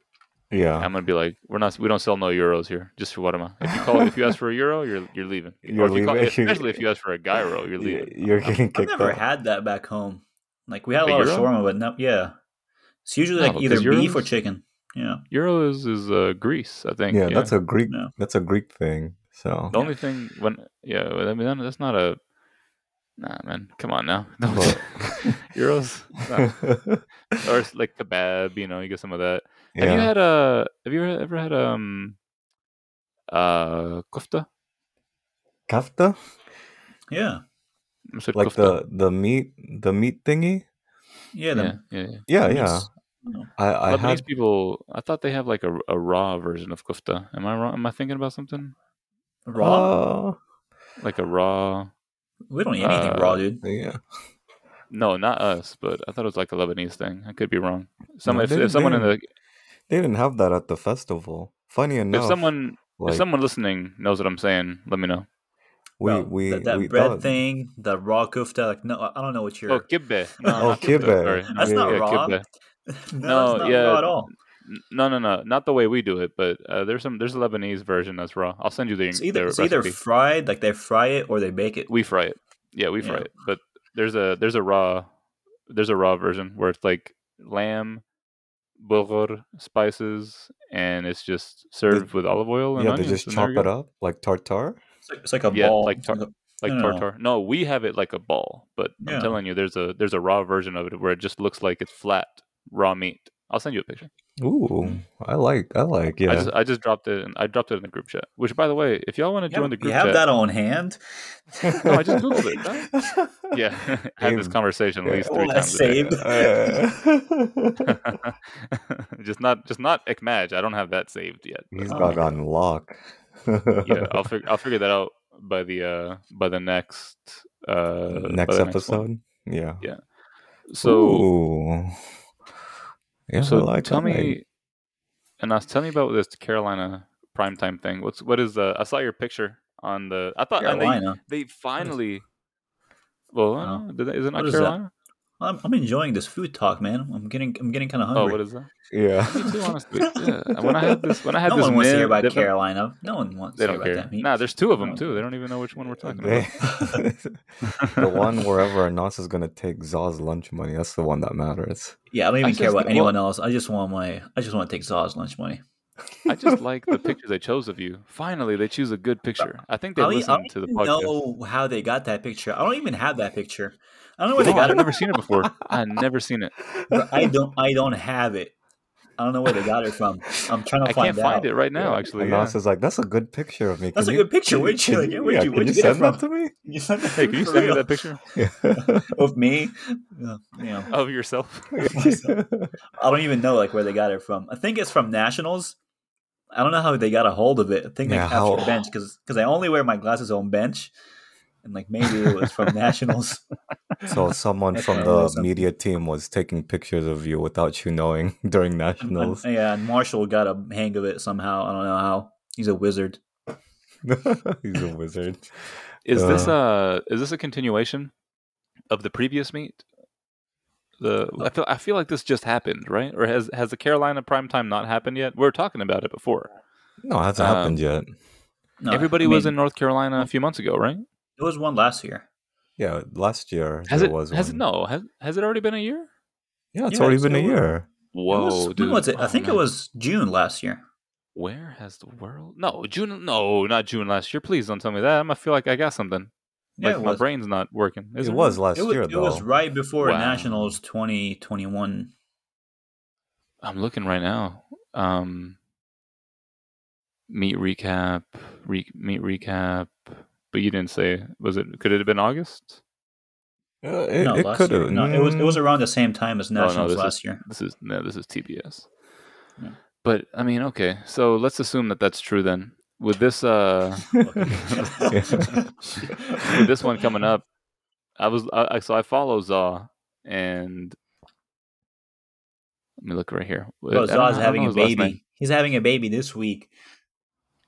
S3: Yeah,
S1: I'm gonna be like, we're not, we don't sell no euros here. Just for what am I? If you call, if you ask for a euro, you're you're leaving. Or
S3: You're
S1: if you call-
S3: leaving.
S1: especially if you ask for a gyro, you're
S3: You-
S1: leaving.
S3: you're getting
S2: I've
S3: kicked
S2: never
S3: out.
S2: had that back home. Like we had a
S1: The
S2: lot of
S1: gyro?
S2: shawarma, but no, yeah, it's usually
S1: No,
S2: like either
S1: because
S2: beef or
S1: gyros-
S2: chicken. Yeah,
S1: Euro is is uh, Greece, I think.
S3: yeah, that's a Greek.
S2: No.
S3: That's a Greek thing. So
S1: the only thing when yeah. I mean, that- that's not a. Nah, man, come on now. Don't-
S3: But-
S1: euros nah. or it's like kebab, you know, you get some of that. Have you
S3: yeah.
S1: had a? Have you ever had um? Uh, kofta.
S3: Kafta,
S2: yeah,
S1: I said
S3: like
S1: kofta.
S3: the the meat, the meat thingy.
S1: yeah,
S2: yeah. The,
S1: yeah, yeah.
S3: Yeah,
S2: Yes.
S3: yeah.
S2: No.
S3: I I
S1: Lebanese
S3: had
S1: people, I thought they have like a, a raw version of kofta. Am I wrong? Am I thinking about something
S2: raw.
S3: Uh,
S1: like a raw?
S2: we don't eat anything
S1: uh,
S2: raw, dude.
S3: yeah.
S1: No, not us, but I thought it was like a Lebanese thing. I could be wrong. Some
S3: No,
S1: if,
S3: they
S1: if
S3: didn't-
S1: someone in
S3: they
S1: the
S3: They didn't have that at the festival. Funny enough,
S1: if someone
S3: like
S1: if someone listening knows what I'm saying, let me know.
S3: we
S2: No,
S3: we
S2: that, that
S3: we
S2: bread
S3: thought-
S2: thing, the raw kofta. Like no, I I don't know what you're.
S1: Oh, kibbe. No,
S2: Oh,
S1: not kibbe.
S3: kibbe.
S1: Sorry.
S2: That's
S1: No,
S2: not
S1: yeah,
S2: raw.
S1: kibbe.
S2: no,
S1: No,
S2: that's not
S1: yeah.
S2: raw at all.
S1: N- No, no, no, not the way we do it. But uh, there's some there's a Lebanese version that's raw. I'll send you the
S2: It's either
S1: their
S2: it's either
S1: recipe.
S2: fried, like they fry it, or they bake it.
S1: we fry it. Yeah, we fry
S2: Yeah.
S1: it. But there's a there's a raw there's a raw version where it's like lamb, bulgur, spices, and it's just served with olive oil and
S3: yeah, they
S1: onions.
S3: just
S1: and
S3: chop
S1: there you
S3: it
S1: go.
S3: up like tartar.
S2: It's like, it's like a
S1: Yeah,
S2: ball.
S1: like tar-
S2: It's
S1: like
S2: No, no, no.
S1: tartar. No, we have it like a ball, but
S2: Yeah.
S1: I'm telling you, there's a there's a raw version of it where it just looks like it's flat raw meat. I'll send you a picture.
S3: Ooh, I like, I like, yeah.
S1: Mm. I just I just dropped it. In, I dropped it in the group chat. Which, by the way, if y'all want to
S2: You
S1: join
S2: have,
S1: the
S2: you
S1: group
S2: have
S1: chat,
S2: that on hand.
S1: No, I just Googled it, yeah, had this
S3: Hey,
S1: conversation at
S3: yeah.
S1: least
S2: Oh,
S1: three
S2: that's
S1: times. a day.
S2: saved.
S3: Uh,
S1: just not just not Ekmaj. I don't have that saved yet.
S3: he's
S2: Oh.
S3: got on lock.
S1: Uh, yeah, uh, I'll fig- I'll figure that out by the uh by the next uh by
S3: next
S1: the one.
S3: episode. yeah.
S1: Yeah. So
S3: Ooh. yeah,
S1: so
S3: I like,
S1: tell
S3: I like.
S1: me, and I was telling me about this Carolina primetime thing. What's what is the? I saw your picture on the. I thought Uh, and they
S2: Carolina.
S1: they finally. Well, I don't know, did that- isn't
S2: Oh. What
S1: that
S2: is that?
S1: Carolina?
S2: I'm, I'm enjoying this food talk, man. I'm getting I'm getting kind of
S1: Oh,
S2: hungry.
S1: what is that?
S3: Yeah.
S1: Me too, honestly. Yeah. When I had this, when I had
S2: no
S1: this,
S2: one wants to
S1: mid-
S2: hear about
S1: they don't-
S2: Carolina. No one wants
S1: They
S2: to hear
S1: don't
S2: about
S1: care.
S2: that meat.
S1: Nah, there's two of them
S2: No.
S1: too. They don't even know which one we're talking
S3: They-
S1: about.
S3: the one wherever Anas is gonna take Za's lunch money. That's the one that matters.
S2: Yeah, I don't
S1: I
S2: even care
S1: just-
S2: about
S1: well-
S2: anyone else. I just want my I just want to take Zaw's lunch money.
S1: I just like the picture they chose of you. Finally, they choose a good picture. I think they
S2: I don't, e- I
S1: listened
S2: don't
S1: to the
S2: even
S1: podcast.
S2: know how they got that picture. I don't even have that picture. I don't know where
S1: No,
S2: they got
S1: I've
S2: it.
S1: never seen it before. I've never seen it.
S2: Bro, I don't I don't have it. I don't know where they got it from. I'm trying to
S1: I
S2: find
S1: can't find
S2: out.
S1: it right now.
S3: Yeah.
S1: Actually, yeah.
S3: Anas is like, that's a good picture of me.
S2: That's
S3: Can
S2: a
S3: you-
S2: good picture.
S3: can you-
S2: Where'd
S3: can
S2: you, like, where'd
S3: yeah,
S2: you,
S3: can
S2: where'd you, get it
S3: send
S2: from?
S3: that to me?
S2: You sent that
S1: hey,
S2: to
S1: can you
S2: for
S1: send me
S2: real?
S1: that picture
S2: of me? Yeah, yeah.
S1: of yourself?
S2: I don't even know like where they got it from. I think it's from Nationals. I don't know how they got a hold of it. I think
S3: Yeah,
S2: like
S3: how-
S2: after bench because I only wear my glasses on bench, and like maybe it was from Nationals.
S3: So someone
S2: That's
S3: from
S2: what I
S3: the
S2: was thinking.
S3: media team was taking pictures of you without you knowing during
S2: And-
S3: nationals.
S2: yeah, and Marshall got a hang of it somehow. I don't know how. He's a wizard.
S3: He's a wizard.
S1: Is this
S3: Uh.
S1: a is this a continuation of the previous meet? The I feel I feel like this just happened, right? Or has has the Carolina primetime not happened yet? We were talking about it before.
S3: No, it hasn't
S1: Um,
S3: happened yet.
S2: No,
S1: Everybody
S2: I
S1: was
S2: mean,
S1: in North Carolina a few months ago, right?
S2: There was one last year.
S3: Yeah, last year
S1: Has
S3: there
S1: it
S3: was
S1: has
S3: one.
S1: it no has has it already been a year?
S3: Yeah, it's
S2: Yeah,
S3: already
S2: it's
S3: been a
S2: still-
S3: year.
S2: It
S1: Whoa,
S2: was-
S1: dude!
S2: When was it? I
S1: Oh,
S2: think it
S1: man.
S2: was June last year.
S1: Where has the world? No, June. No, not June last year. Please don't tell me that. I'm gonna feel like I got something.
S2: Yeah,
S1: Like
S2: it
S1: my
S2: was.
S1: brain's not working. Is
S3: it was
S1: really?
S3: last
S2: it was,
S3: year
S2: it
S3: though.
S2: was right before
S1: Wow.
S2: Nationals 2021.
S1: I'm looking right now. Um, meet recap. Re- meet recap. But you didn't say. Was it? Could it have been August?
S3: Uh, it
S2: no,
S3: it
S2: last
S3: could
S2: year.
S3: have.
S2: No, it was it was around the same time as
S1: Mm. Oh, no,
S2: Nationals
S1: this is-
S2: last year.
S1: This is no. This is TBS.
S2: Yeah.
S1: But I mean, okay. So let's assume that that's true then. With this, uh,
S3: Mm.
S1: with this one coming up, I was I, I- so I follow Zaw and let me look right here.
S2: Bro,
S1: I don't know- I
S2: Zaw's
S1: don't
S2: having
S1: know
S2: a
S1: his last name.
S2: baby. He's having a baby this week.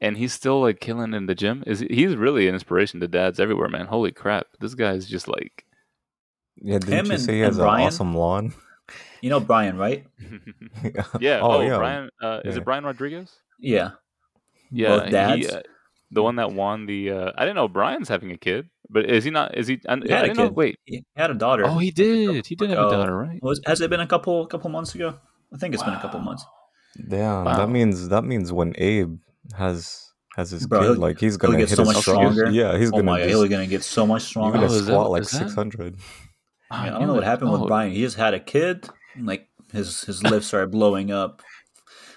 S1: and he's still like killing in the gym. Is he's really an inspiration to dads everywhere, man? Holy crap, this guy is just like
S3: yeah, didn't
S2: Him
S3: you
S2: and-
S3: say he
S2: and
S3: has an
S2: Brian?
S3: awesome lawn?
S2: You know Brian, right?
S1: yeah.
S3: Oh,
S1: Oh,
S3: yeah.
S1: Brian, uh, is
S3: Yeah.
S1: it Brian Rodriguez?
S2: Yeah.
S1: Yeah,
S2: Both dads.
S1: He, uh, the one that won the. Uh, I didn't know Brian's having a kid, but is he not? Is he? I, I
S2: He had a
S1: didn't know.
S2: kid.
S1: Wait.
S2: He had a daughter.
S1: Oh, he did. He did have
S2: Oh.
S1: a daughter, right?
S2: Was has it been a couple couple months ago? I think it's been a couple
S1: Wow.
S2: months.
S3: Damn,
S1: Wow.
S3: that means that means when Abe has has his
S2: Bro,
S3: kid,
S2: he'll-
S3: like he's
S2: he'll
S3: gonna
S2: get
S3: hit
S2: so
S3: his
S2: much
S3: stride.
S2: stronger.
S3: Yeah, he's
S2: Oh
S3: gonna
S2: my
S3: just,
S2: god, he's gonna get so much
S3: you're
S2: stronger.
S3: gonna
S1: Oh, is that
S3: squat
S1: what-
S3: like
S1: is that-
S3: six hundred.
S1: I
S2: Yeah, I
S1: knew
S2: don't know what
S1: it.
S2: happened
S1: Oh,
S2: with Brian. He just had a kid, and like his his lips started blowing up.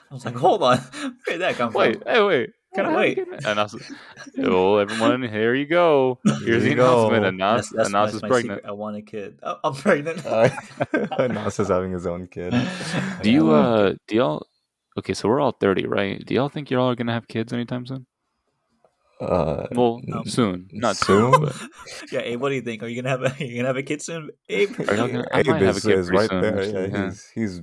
S2: I was like, hold on, where did that come
S1: Oh. Wait,
S2: from?
S1: hey, wait. Can
S2: Oh,
S1: I have
S2: wait.
S1: a kid? And I was, well, everyone, here you go.
S3: Here
S1: Here's the
S3: you go.
S1: announcement. Anas, Anas
S2: that's
S1: is
S2: my
S1: pregnant.
S2: secret. I want a kid. I- I'm pregnant.
S3: Uh, Anas is having his own kid.
S1: Do you,
S2: Yeah.
S1: uh, do y'all, okay, so we're all 30, right? Do y'all think y'all are going to have kids anytime soon?
S3: Uh,
S1: Well,
S2: Um,
S1: soon. Not soon.
S3: soon?
S1: but
S2: yeah, Abe, what do you think? Are you gonna have a you gonna have a kid soon, Abe?
S1: Are y'all gonna- I might have a
S3: is,
S1: kid
S3: is
S1: pretty
S3: right
S1: soon,
S3: there.
S1: actually,
S3: yeah,
S1: yeah.
S3: he's he's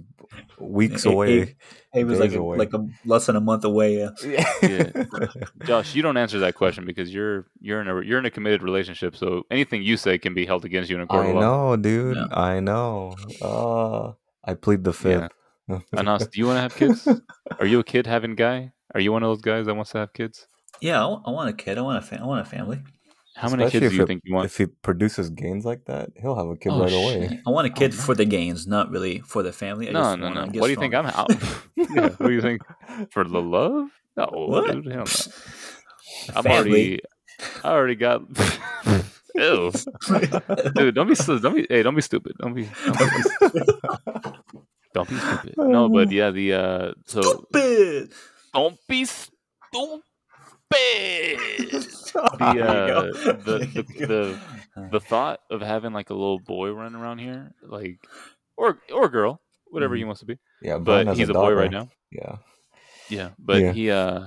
S3: weeks
S2: A- A-
S3: away.
S2: Abe was like
S3: Days
S2: a,
S3: away.
S2: like a less than a month away. Yeah.
S1: Yeah. Josh, you don't answer that question because you're, you're in a, you're in a committed relationship. So anything you say can be held against you in a court
S3: I
S1: of law.
S3: know, dude.
S2: Yeah.
S3: I know. Uh, I plead the
S1: Yeah.
S3: fifth.
S1: Anas, do you want to have kids? Are you a kid having guy? Are you one of those guys that wants to have kids?
S2: Yeah, I wa- I want a kid. I want a fa- I want a family.
S1: How many
S3: Especially
S1: kids
S3: if
S1: do you
S3: it-
S1: think you want?
S3: if he produces gains like that, he'll have a kid
S1: Oh,
S3: right
S1: shit.
S3: away.
S2: I want a kid
S1: Oh,
S2: for the gains, not really for the family. I
S1: No,
S2: just
S1: no,
S2: wanna
S1: no.
S2: get
S1: What do you think
S2: strong.
S1: I'm out? yeah, what do you think for the love? No,
S2: What?
S1: dude, hell no.
S2: A
S1: I'm
S2: family?
S1: already I already got. Ew, dude, don't be so, don't be hey, don't be stupid. Don't be don't be, don't be stupid. No, but yeah, the uh, so
S2: Stupid.
S1: don't be stupid. The
S2: There you
S1: uh,
S2: go.
S1: the,
S2: There
S1: the,
S2: you go.
S1: the the thought of having like a little boy running around here, like or or girl, whatever
S3: Mhm.
S1: he wants to be,
S3: Yeah, Brian
S1: but
S3: has
S1: he's a boy
S3: daughter.
S1: right now.
S3: Yeah.
S1: Yeah, but
S3: Yeah.
S1: he uh,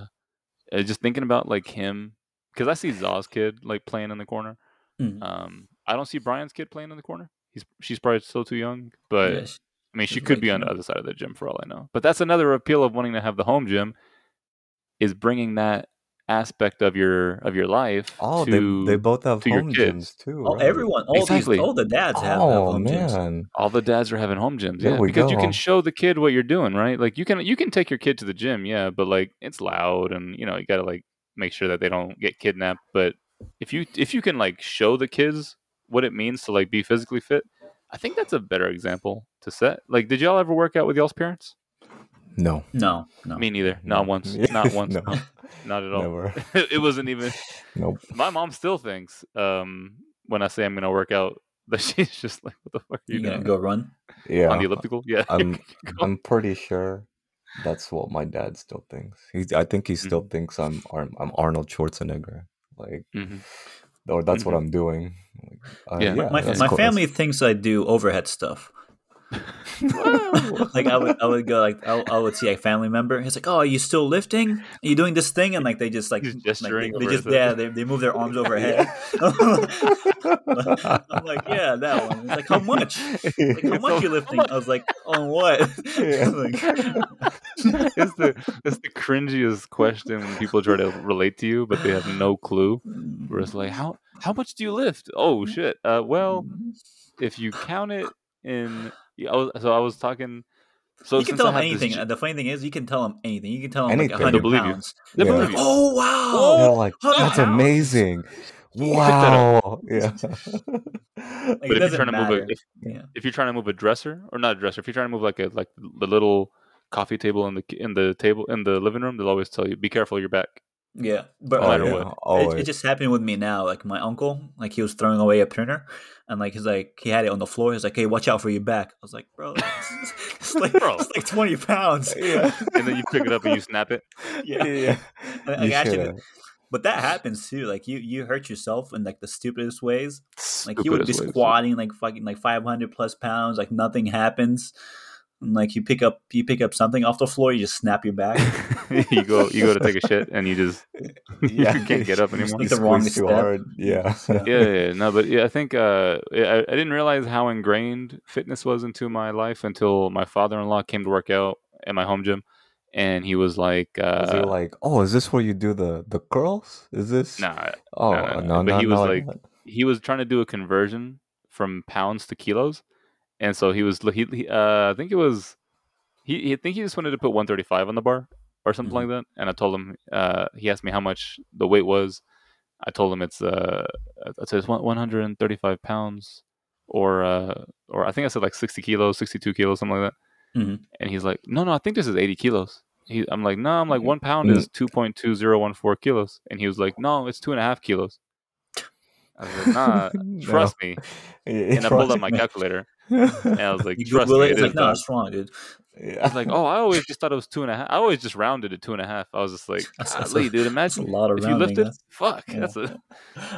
S1: uh, just thinking about like him because I see Zaw's kid like playing in the corner.
S3: Mm.
S2: Mhm.
S1: Um, I don't see Brian's kid playing in the corner. He's she's probably still too young, but
S2: Yes.
S1: I mean she
S2: she's
S1: could
S2: way
S1: be
S2: too
S1: on the
S2: young.
S1: other side of the gym for all I know. But that's another appeal of wanting to have the home gym is bringing that aspect of your of your life.
S3: Oh,
S1: to
S3: they they both have
S1: to your
S3: home
S1: kids.
S3: gyms too.
S2: Oh,
S3: right?
S2: everyone, all
S1: Exactly.
S2: these, all the dads have, have
S3: Oh
S2: home gyms.
S3: man.
S1: all the dads are having home gyms,
S3: There
S1: yeah,
S3: we
S1: because you
S3: go.
S1: can show the kid what you're doing, right? Like you can you can take your kid to the gym, yeah, but like it's loud and you know you gotta like make sure that they don't get kidnapped. But if you if you can like show the kids what it means to like be physically fit, I think that's a better example to set. Like, did y'all ever work out with y'all's parents?
S3: No.
S2: No, no.
S1: Me neither, not
S3: No.
S1: once,
S3: Yeah.
S1: not once,
S3: No.
S1: no, not at all.
S3: Never.
S1: it wasn't even.
S3: Nope.
S1: My mom still thinks um, when I say I'm gonna work out that she's just like, "What the fuck are
S2: you
S1: you
S2: gonna
S1: doing
S2: go run?
S3: Yeah.
S1: on the elliptical?" Yeah,
S3: I'm
S1: Go.
S3: I'm pretty sure that's what my dad still thinks. He I think
S1: Mm-hmm.
S3: he still thinks I'm Ar- I'm Arnold Schwarzenegger. Like
S1: Mhm.
S3: or that's what I'm doing. Like, uh,
S1: Mm-hmm. Yeah.
S3: yeah.
S1: My-
S2: My,
S3: that's
S2: my
S3: cool. That's-
S2: family thinks I do overhead stuff. like I would, I would go like I, I would see a family member. He's like, "Oh, are you still lifting? Are you doing this thing?" And like they just like,
S1: He's
S2: like,
S1: gesturing
S2: they, they
S1: over
S2: just
S1: his
S2: yeah,
S1: head.
S2: they, they move their arms overhead. I'm like, yeah, that one. It's like, how much? Like, how much you lifting? I was like, on what?
S3: Yeah.
S2: like,
S1: it's the it's the cringiest question when people try to relate to you, but they have no clue. Where it's like, how how much do you lift?
S2: Mm.
S1: Oh shit! Uh, well,
S2: Mm-hmm.
S1: if you count it in, yeah, I was, so I was talking. So
S2: you can
S1: since
S2: tell
S1: I have
S2: them
S1: this
S2: anything. uh,
S1: gy-
S2: And the funny thing is, you can tell them anything. You can tell them
S3: Anything.
S2: like
S1: They'll
S2: hundred
S1: believe you.
S2: pounds.
S1: They
S3: Yeah.
S1: believe you.
S2: Oh
S3: They're
S2: wow!
S3: like,
S2: Hundred
S3: that's
S2: pounds.
S3: amazing.
S1: that
S3: Wow. Yeah.
S2: Like,
S1: But
S2: it
S1: if
S2: doesn't
S1: you're trying to move
S2: matter.
S1: a, if,
S2: yeah.
S1: if you're trying to move a dresser or not a dresser, if you're trying to move like a like the little coffee table in the in the table in the living room, they'll always tell you, be careful, your back.
S2: Yeah, but
S1: No
S2: uh,
S1: matter
S2: it-
S1: what.
S2: It,
S3: Always.
S2: it just happened with me now. Like my uncle, like he was throwing away a printer, and like he's like he had it on the floor. He's like, "Hey, watch out for your back." I was like, "Bro, it's like,
S1: Bro.
S2: It's like twenty pounds."
S3: yeah.
S1: And then you pick it up and you snap it.
S2: Yeah,
S3: yeah.
S2: Like,
S3: You
S2: actually,
S3: should've.
S2: but that happens too. Like you, you hurt yourself in like the stupidest ways. Like you would be
S1: Stupidest way to-
S2: squatting like fucking like five hundred plus pounds. Like nothing happens. And like you pick up, you pick up something off the floor. You just snap your back.
S1: you go you go to take a shit and you just
S3: Yeah.
S1: you can't get up anymore.
S2: Like
S3: You
S2: the wrong
S3: squeeze too
S2: step.
S3: hard. Yeah.
S1: yeah, yeah, yeah. no, but yeah, I think uh, I, I didn't realize how ingrained fitness was into my life until my father-in-law came to work out at my home gym, and he was like,
S3: Was he
S1: uh,
S3: like, "Oh, is this where you do the the curls? Is this?"
S1: "Nah."
S3: Oh,
S1: no, no,
S3: no,
S1: no.
S3: no,
S1: But he was
S3: no,
S1: like-
S3: no.
S1: He was trying to do a conversion from pounds to kilos, and so he was he, he uh, I think it was he, he I think he just wanted to put 135 on the bar or something
S2: Mhm.
S1: like that, and I told him uh, he asked me how much the weight was. I told him it's uh, I said it's one- 135 pounds, or uh, or I think I said like 60 kilos, 62 kilos, something like that.
S2: Mhm.
S1: And he's like, no, no, I think this is 80 kilos. He, I'm like, no, I'm like one pound
S3: Mm.
S1: is 2.2014 kilos, and he was like, no, it's two and a half kilos. I was like, nah,
S3: No.
S1: trust me.
S3: Yeah,
S1: And I pulled out
S3: trust
S1: my
S3: me.
S1: calculator, and I was like,
S2: You
S1: trust
S2: Google
S1: me, it
S2: it. It's
S1: is
S2: like, no,
S1: that."
S2: it's wrong, dude.
S3: yeah.
S1: He's like, oh, I always just thought it was two and a half. I always just rounded it two and a half. I was just like,
S2: That's- that's a-
S1: golly, dude,
S2: That's a
S1: imagine
S2: lot of
S1: if you
S2: rounding.
S1: lifted,
S2: that's-
S1: fuck,
S2: yeah.
S1: that's a.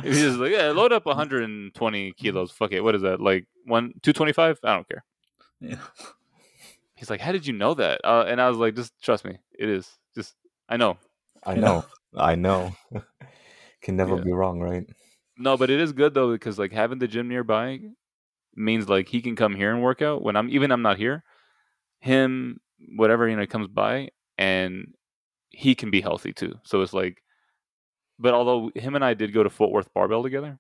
S1: If you just like, yeah, load up 120 kilos. Fuck it. What is that? Like one 225? I don't care.
S2: Yeah.
S1: He's like, how did you know that? Uh, and I was like, just trust me. It is. Just I know.
S3: I
S2: Yeah.
S3: know, I know. Can never
S1: Yeah.
S3: be wrong, right?
S1: No, but it is good though because like having the gym nearby means like he can come here and work out when I'm even I'm not here. Him, whatever you know, comes by and he can be healthy too. So it's like, but although him and I did go to Fort Worth Barbell together,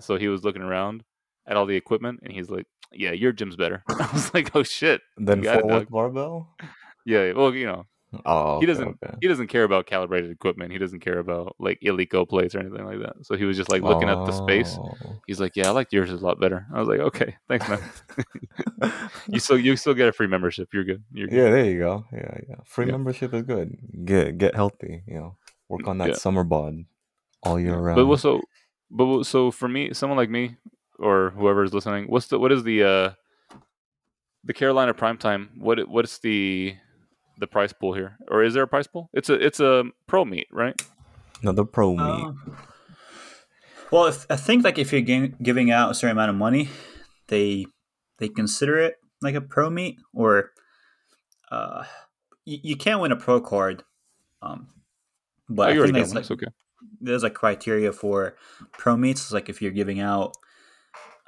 S1: so he was looking around at all the equipment and he's like, "Yeah, your gym's better." I was like, "Oh shit."
S3: Then
S1: got it,
S3: forward
S1: dog.
S3: barbell.
S1: Yeah, well, you know,
S3: Oh,
S1: He
S3: okay,
S1: doesn't-
S3: okay.
S1: he doesn't care about calibrated equipment. He doesn't care about like illico plates or anything like that. So he was just like looking at the space.
S3: Oh.
S1: He's like, "Yeah, I liked yours a lot better." I was like, "Okay, thanks, man. You still you still get a free membership. You're good. You're good."
S3: yeah, there you go. Yeah, yeah. Free
S1: Yeah.
S3: membership is good. Get get healthy. You know, work on that
S1: Yeah.
S3: summer bod. all year round.
S1: But what's so, but what- so for me, someone like me or whoever's listening, what's the what is the uh the Carolina primetime? What what's the the price pool here, or is there a price pool? It's a it's a pro meet, right?
S3: Another pro meet.
S2: Um, well, if, I think like if you're giving giving out a certain amount of money, they they consider it like a pro meet or uh, you, you can't win a pro card. Um, but
S1: oh,
S2: I
S1: you already
S2: think
S1: got
S2: that's
S1: one.
S2: like,
S1: It's okay.
S2: there's like criteria for pro meets. It's like if you're giving out,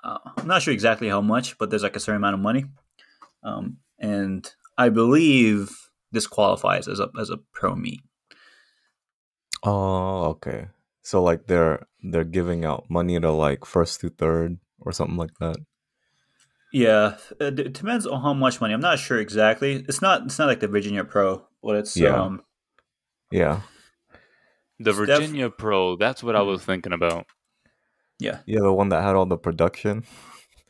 S2: uh, I'm not sure exactly how much, but there's like a certain amount of money, um, and I believe this qualifies as a as a pro meet.
S3: Oh, okay. So like they're they're giving out money to like first to third or something like that.
S2: Yeah, it it depends on how much money. I'm not sure exactly. It's not it's not like the Virginia Pro, but it's
S3: Yeah.
S2: um
S3: Yeah.
S1: The
S2: Steph-
S1: Virginia Pro. That's what I was thinking about.
S2: yeah.
S3: Yeah, the one that had all the production.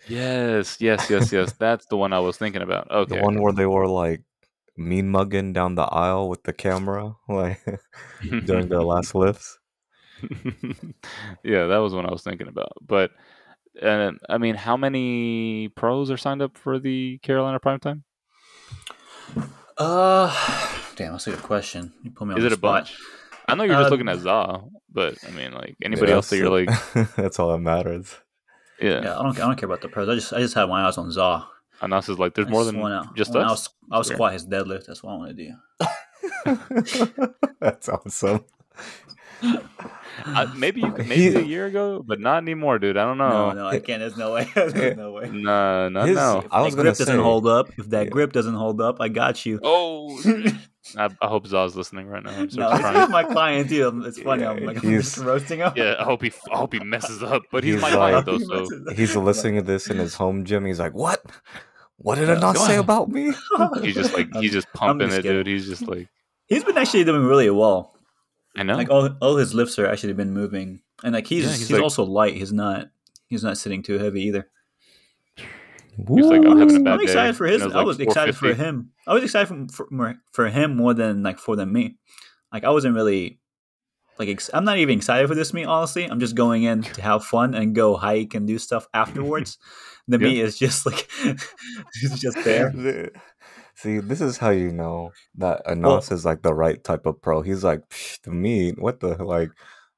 S1: Yes, yes, yes, yes. That's the one I was thinking about. Okay.
S3: The one where they were like mean mugging down the aisle with the camera, like during their last lifts.
S1: yeah, that was what I was thinking about. But uh, I mean, how many pros are signed up for the Carolina primetime?
S2: Uh, damn, that's a good question. You put me on
S1: Is
S2: the
S1: it a
S2: spot.
S1: bunch? I know you're just
S2: Uh,
S1: looking at Za, but I mean, like anybody
S3: Yeah,
S1: else that you're like,
S3: that's- that's all that matters.
S1: yeah.
S2: Yeah, I don't I don't care about the pros. I just I just had my eyes on Zaw.
S1: Anas is like, there's more than just
S2: I
S1: us.
S2: was I was
S1: Sure.
S2: squat his deadlift. That's what I want to do.
S3: that's awesome.
S1: I, maybe you, could-
S3: He-
S1: maybe a year ago, but not anymore, dude. I don't know.
S2: No, no, I can't. There's no way. There's no way.
S1: No, no,
S3: His-
S1: no.
S3: I was
S2: that
S3: gonna
S2: grip
S3: say,
S2: doesn't hold up. If that
S3: Yeah.
S2: grip doesn't hold up, I got you.
S1: Oh, I, I hope Za's listening right now. I'm so
S2: no, it's
S1: crying.
S2: he's my client too. It's funny.
S3: Yeah,
S2: I'm like I'm
S3: he's-
S2: just roasting him.
S1: Yeah, I hope he, I hope he messes up. But he's,
S3: He's
S1: my
S3: like-
S1: client though, so
S3: he's listening to this in his home gym. He's like, "What? What did I
S2: Yeah.
S3: not say about me?"
S1: he's just like
S2: I'm-
S1: he's just pumping
S2: just
S1: it,
S2: kidding.
S1: dude. He's just like,
S2: He's been actually doing really well.
S1: I know.
S2: Like all, all his lifts are actually been moving, and like he's
S1: Yeah, he's
S2: he's,
S1: like-
S2: also light. He's not he's not sitting too heavy either.
S1: He's like, I'm having a
S3: Woo.
S1: bad
S2: I'm excited
S1: day.
S2: for his.
S1: And it was
S2: I
S1: like
S2: was excited for
S1: 450.
S2: him. I was excited for, for more- for him more than like for than me. Like I wasn't really like ex- I'm not even excited for this meet. Honestly, I'm just going in to have fun and go hike and do stuff afterwards. the
S1: Yeah.
S2: meet is just like it's just there.
S3: The- See, this is how you know that Anas is like the right type of pro. He's like, Psh, the meat, what the like?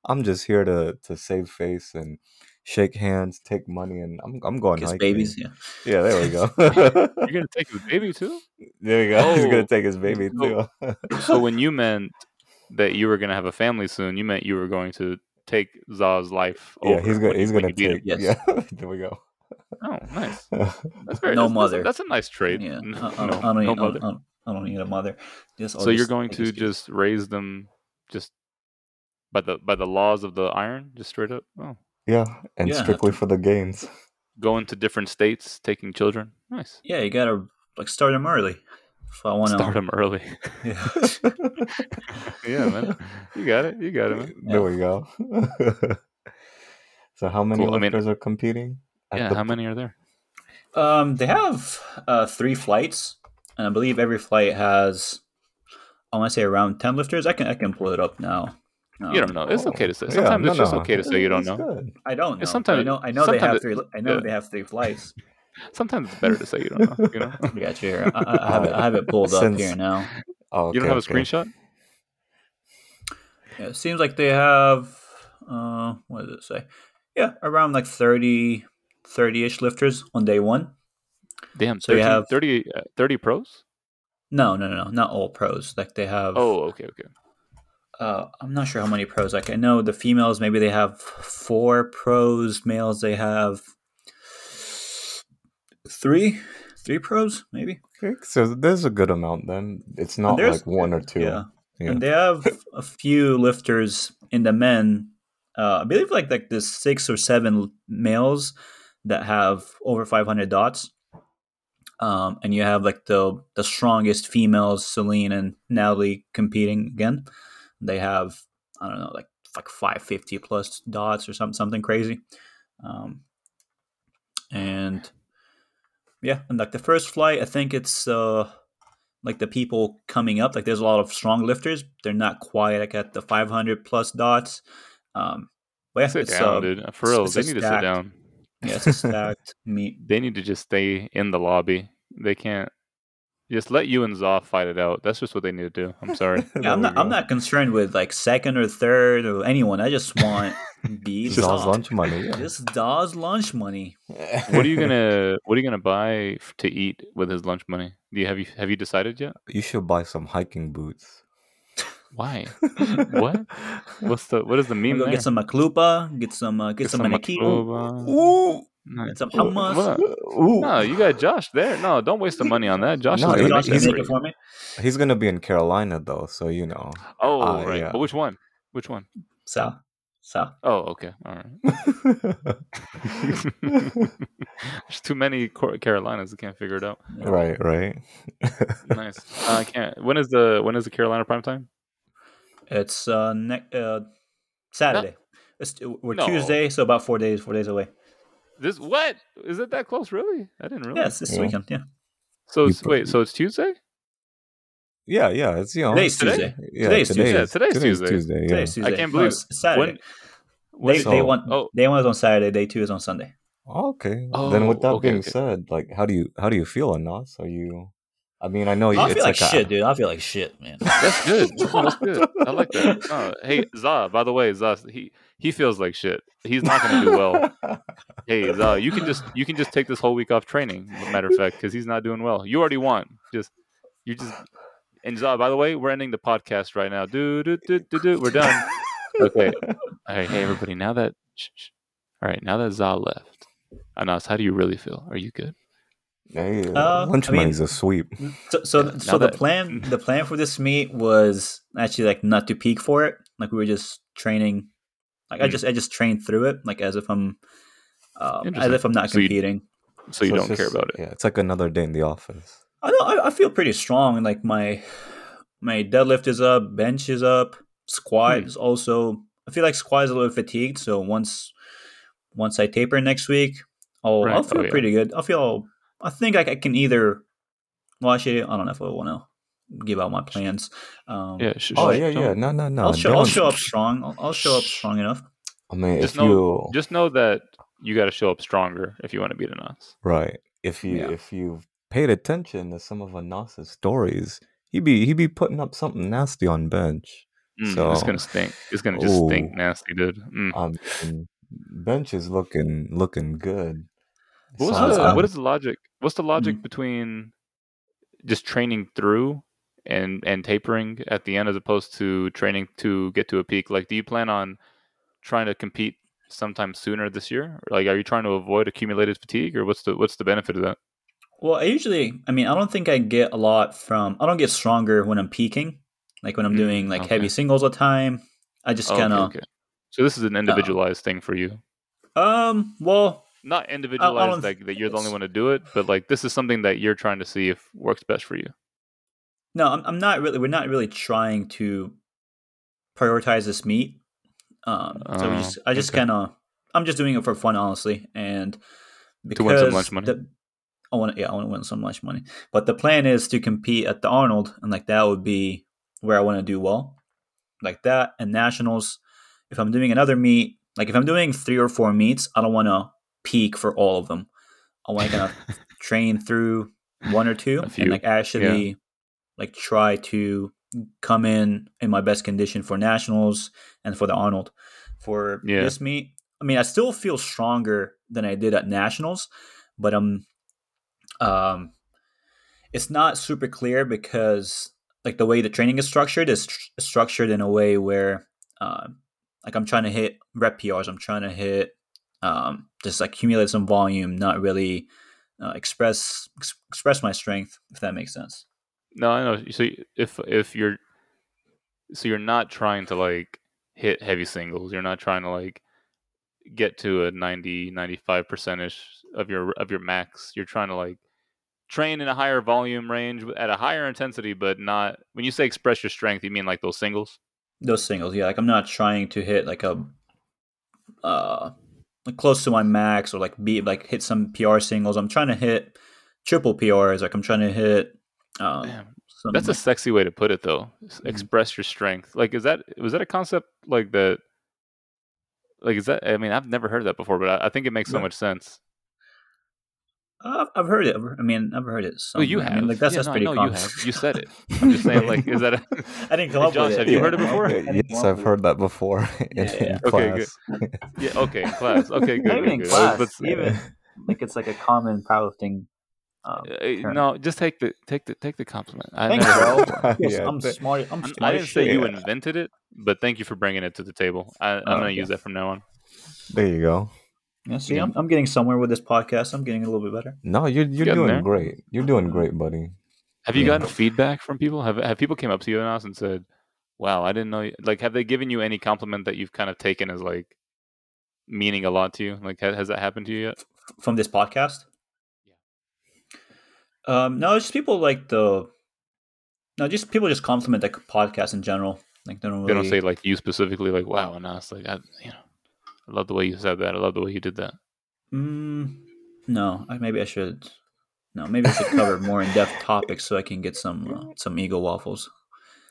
S3: I'm just here to to save face and shake hands, take money, and I'm I'm going
S2: Kiss
S3: hiking.
S2: babies. Yeah.
S3: Yeah, there we go.
S1: You're gonna take his baby too.
S3: there you go. He's
S1: Oh.
S3: gonna take his baby too.
S1: So- So when you meant that you were gonna have a family soon, you meant you were going to take Za's life.
S3: yeah,
S1: over
S3: he's gonna
S1: when you-
S3: he's
S1: when
S3: gonna
S1: you beat
S3: take.
S1: him.
S2: Yes.
S3: Yeah, there we go.
S1: Oh, nice. That's very
S2: No
S1: that's- that's a-
S2: mother.
S1: That's a, nice trait.
S2: Yeah,
S1: No,
S2: I, I don't,
S1: no
S2: I, don't need,
S1: mother.
S2: I, don't, I don't- I don't need a mother. Just, I'll
S1: so you're
S2: just
S1: going
S2: take
S1: to
S2: his kid.
S1: just raise them just by the by the laws of the iron, just straight up. Oh,
S3: yeah, and
S2: Yeah.
S3: strictly for the gains.
S1: going to different states, taking children. Nice.
S2: yeah, you gotta like start him early. If I want
S1: Start
S2: to,
S1: them early.
S2: yeah.
S1: yeah, man. You got it. You got it, man.
S3: There we go. so how many
S1: Cool, I mean-
S3: lifters are competing? at
S1: Yeah.
S3: the-
S1: How many are there?
S2: Um, they have uh, three flights, and I believe every flight has, I want to say around ten lifters. I can I can pull it up now. Um,
S1: You don't know. It's
S3: Oh,
S1: okay to say.
S3: yeah,
S1: Sometimes
S3: no,
S1: it's just
S3: no.
S1: okay to say you don't
S3: That's
S1: know.
S3: good.
S2: I don't know.
S1: sometimes-
S2: Sometimes I know. I know they
S1: sometimes
S2: have
S1: it-
S2: three. I know
S1: yeah.
S2: they have three flights.
S1: Sometimes it's better to say you don't know. You know.
S2: I got you. here. I, I, I have it. I have it pulled up
S3: Since-
S2: here now.
S3: Oh,
S1: you don't
S3: okay,
S1: have a
S3: okay.
S1: screenshot.
S2: Yeah, it seems like they have, uh, what does it say? Yeah, around like 30, 30 ish lifters on day one.
S1: Damn.
S2: So you
S1: 13
S2: have-
S1: 30, uh, 30 pros.
S2: No, no, no, no, not all pros. Like they have,
S1: Oh, okay, okay.
S2: uh, I'm not sure how many pros. Like I know the females, maybe they have four pros, males, they have three, three pros, maybe.
S3: Okay, So there's a good amount then. It's not
S2: there's-
S3: like one or two.
S2: Yeah.
S3: Yeah.
S2: And they have a few lifters in the men. Uh, I believe like like the six or seven males that have over 500 dots. Um, and you have like the the strongest females, Celine and Natalie, competing again. They have I don't know like like 550 plus dots or something something crazy. Um, and yeah, and like the first flight, I think it's uh like the people coming up like there's a lot of strong lifters they're not quite like at the 500 plus dots Um, but yeah,
S1: Sit
S2: it's,
S1: down,
S2: uh,
S1: dude. For
S2: it's-
S1: real,
S2: it's
S1: they
S2: just
S1: need to sit
S2: stacked.
S1: down.
S2: yeah, it's a stacked meet.
S1: They need to just stay in the lobby. They can't just let you and Zoff fight it out. That's just what they need to do. I'm sorry.
S2: Yeah, I'm not. I'm not concerned with like second or third or anyone. I just want these
S3: Just all lunch money. yeah.
S2: Just Dawes lunch money.
S1: what are you gonna What are you gonna buy f- to eat with his lunch money? Do you have you Have you decided yet?
S3: You should buy some hiking boots.
S1: Why? what? What's the What is the
S2: I'm
S1: meme?
S2: gonna
S1: There?
S2: get some Maklupa. Get some. Uh, get, some, Manaki.
S1: baklava.
S3: Ooh,
S1: Nice.
S2: Get some hummus.
S1: What?
S3: ooh.
S1: No, you got Josh there. No, don't waste the money on that. Josh
S3: No,
S1: is
S2: Josh
S1: gonna make
S3: he-
S2: can
S1: that
S3: he's-
S1: for you.
S2: make it for me.
S3: He's gonna be in Carolina though, so you know.
S1: Oh,
S3: Ah,
S1: right.
S3: yeah.
S1: But which one? Which one?
S2: So, so
S1: Oh, okay. All right. There's too many Cor- Carolinas. I can't figure it out.
S3: right, right.
S1: Nice. Uh, I can't. When is the When is the Carolina prime time?
S2: it's uh, ne- uh Saturday. Euh, It's, we're
S1: No.
S2: Tuesday, so about four days. Four days away.
S1: This what is it that close? Really? I didn't realize.
S2: Yeah, it's this
S3: Yeah.
S2: weekend. Yeah,
S1: So
S3: You
S1: it's,
S3: put-
S1: wait. So it's Tuesday.
S3: Yeah, yeah. It's you know.
S2: Today's
S3: today-
S2: Tuesday.
S3: Yeah,
S2: Today's
S3: today
S1: Tuesday.
S3: is-
S1: Today's Tuesday.
S3: Tuesday. Yeah.
S2: Today's Tuesday.
S1: can't
S2: No,
S1: believe-
S2: it's Saturday.
S1: When-
S2: they,
S1: when-
S2: they
S3: so-
S2: want
S1: oh.
S2: they want is on Saturday. Day two is on Sunday.
S3: Okay. then with
S1: Oh,
S3: that
S1: okay,
S3: being
S1: okay.
S3: said, like how do you how do you feel, Anas? Are you I mean I know you
S2: I
S3: it's
S2: feel like,
S3: a-
S2: shit, dude. I feel like shit, man.
S1: That's good. No, That's good. I like that. No, hey, Za. By the way, Za. He he feels like shit. He's not gonna do well. Hey, Za. You can just you can just take this whole week off training. Matter of fact, because he's not doing well. You already won. Just you just. And Za. By the way, we're ending the podcast right now. Do do do do do. We're done. Okay. All right. Hey, everybody. Now that. Shh, shh. All right. Now that Za left, Anas, how do you really feel? Are you good?
S3: Hey,
S2: Uh,
S3: lunch
S2: I mean-
S3: money's a sweep.
S1: mm,
S2: So, so,
S1: Yeah,
S2: so
S1: now
S2: the
S1: that-
S2: plan, the plan for this meet was actually like not to peak for it. Like we were just training. Like I
S1: Mm.
S2: just, I just trained through it. Like as if I'm, um, as
S1: Interesting.
S2: if I'm not
S1: So you-
S2: competing.
S1: So you
S3: it's
S1: don't care
S3: just-
S1: about it.
S3: Yeah, it's like another day in the office.
S2: I know. I, I feel pretty strong. and, Like my, my deadlift is up, bench is up, squat
S1: Hmm.
S2: is also. I feel like squat is a little fatigued. So once, once I taper next week, I'll,
S1: Right.
S2: I'll feel
S1: Oh, yeah.
S2: pretty good. I feel. I think I, I can either. Well, actually, I don't know if I want to give out my plans. Um,
S1: Yeah. Sh-
S3: Oh
S1: sh-
S3: yeah,
S1: don't-
S3: yeah. No, no, no.
S2: I'll show, I'll
S3: don't-
S2: show up strong. I'll, I'll show up strong enough.
S3: I mean,
S1: Just
S3: if
S1: know-
S3: you
S1: Just know that you got to show up stronger if you want to beat Anas.
S3: right, if you
S2: Yeah.
S3: if you've paid attention to some of Anas's stories, he be he be putting up something nasty on bench.
S1: Mm, it's
S3: So-
S1: gonna stink. It's gonna just stink
S3: Ooh.
S1: nasty, dude. Mm.
S3: I mean, bench is looking looking good.
S1: What, was
S3: So,
S1: the,
S3: um,
S1: what is the logic? What's the logic between just training through and and tapering at the end as opposed to training to get to a peak? Like, do you plan on trying to compete sometime sooner this year? Like, are you trying to avoid accumulated fatigue, or what's the what's the benefit of that?
S2: Well, I usually, I mean, I don't think I get a lot from. I don't get stronger when I'm peaking, like when I'm
S1: Mm,
S2: doing like
S1: okay.
S2: heavy singles all the time. I just
S1: Oh, okay,
S2: kind of,
S1: okay. So this is an individualized thing for you.
S2: um, well,
S1: Not individualized, like that you're the only
S2: it's-
S1: one to do it, but like this is something that you're trying to see if works best for you.
S2: no, I'm, I'm not really. We're not really trying to prioritize this meet. Um, so we
S1: Oh,
S2: just, I just
S1: okay.
S2: kind of, I'm just doing it for fun, honestly, and
S1: To win some lunch money.
S2: the- I want to, yeah, I want to win some lunch money. But the plan is to compete at the Arnold, and like that would be where I want to do well, like that and nationals. If I'm doing another meet, like if I'm doing three or four meets, I don't want to peak for all of them. I want to kind of train through one or two,
S1: A
S2: and
S1: few,
S2: like actually, like try to come in in my best condition for nationals and for the Arnold. For
S1: Yeah.
S2: this meet, I mean, I still feel stronger than I did at nationals, but um, um, it's not super clear because like the way the training is structured is tr- structured in a way where um, like I'm trying to hit rep PRs, I'm trying to hit um, just accumulate some volume, not really uh, express ex- express my strength if that makes sense.
S1: No, I know. So y- if if you're so you're not trying to like hit heavy singles, you're not trying to like get to a 90 95 percentage of your of your max. You're trying to like train in a higher volume range w- at a higher intensity, but not when you say express your strength, you mean like those singles.
S2: those singles yeah like i'm not trying to hit like a uh like close to my max or like be like hit some pr singles i'm trying to hit triple prs like i'm trying to hit um
S1: Damn.
S2: some,
S1: That's a
S2: like-
S1: sexy way to put it, though. S- Express your strength. Like, is that was that a concept like that? Like is that? I mean, I've never heard that before, but I, I think it makes so
S2: No.
S1: much sense.
S2: Uh, I've heard it. I mean, I've heard it.
S1: Oh, you
S2: somewhere.
S1: have.
S2: I mean, like that's,
S1: yeah,
S2: that's
S1: no, I
S2: pretty
S1: know
S2: common.
S1: you have. You said it. I'm just saying, like, is that? A...
S2: I didn't come
S1: Hey,
S2: up
S1: Josh,
S2: with it.
S1: have you heard it before?
S3: Yes, I've heard that before in,
S2: Yeah.
S3: in
S1: Okay,
S3: class.
S1: yeah. Okay. in Class. Okay. Good.
S2: Not even
S1: good,
S2: in
S1: good.
S2: class.
S1: But-
S2: Even like it's like a common powerlifting. Um,
S1: Uh,
S2: term.
S1: no, just take the take the take the compliment. I
S2: Thanks,
S1: never-
S2: bro. Yes,
S3: Yeah,
S2: I'm
S3: but-
S2: smart. I'm
S1: I'm-
S2: smart.
S1: I
S2: as
S1: didn't say
S2: shit.
S1: you invented it, but thank you for bringing it to the table. I, I'm
S2: Oh,
S1: gonna
S2: okay.
S1: use that from now on.
S3: There you go.
S2: Yeah, see,
S1: Yeah.
S2: I'm, I'm getting somewhere with this podcast. I'm getting a little bit better.
S3: No, you're you're
S1: Getting
S3: doing
S1: there.
S3: great. You're doing great, buddy.
S1: Have you
S3: Yeah.
S1: gotten feedback from people? Have have people came up to you and asked and said, "Wow, I didn't know." You. Like, have they given you any compliment that you've kind of taken as like meaning a lot to you? Like, has, has that happened to you yet?
S2: from this podcast? Yeah. Um, no, it's just people like the. No, just people just compliment the podcast in general. Like they don't really.
S1: They don't say like you specifically, like "Wow," and us. Like, I, you know, I love the way you said that. I love the way you did that.
S2: Mm, no, I, maybe I should. No, maybe I should cover more in depth topics so I can get some uh, some ego waffles.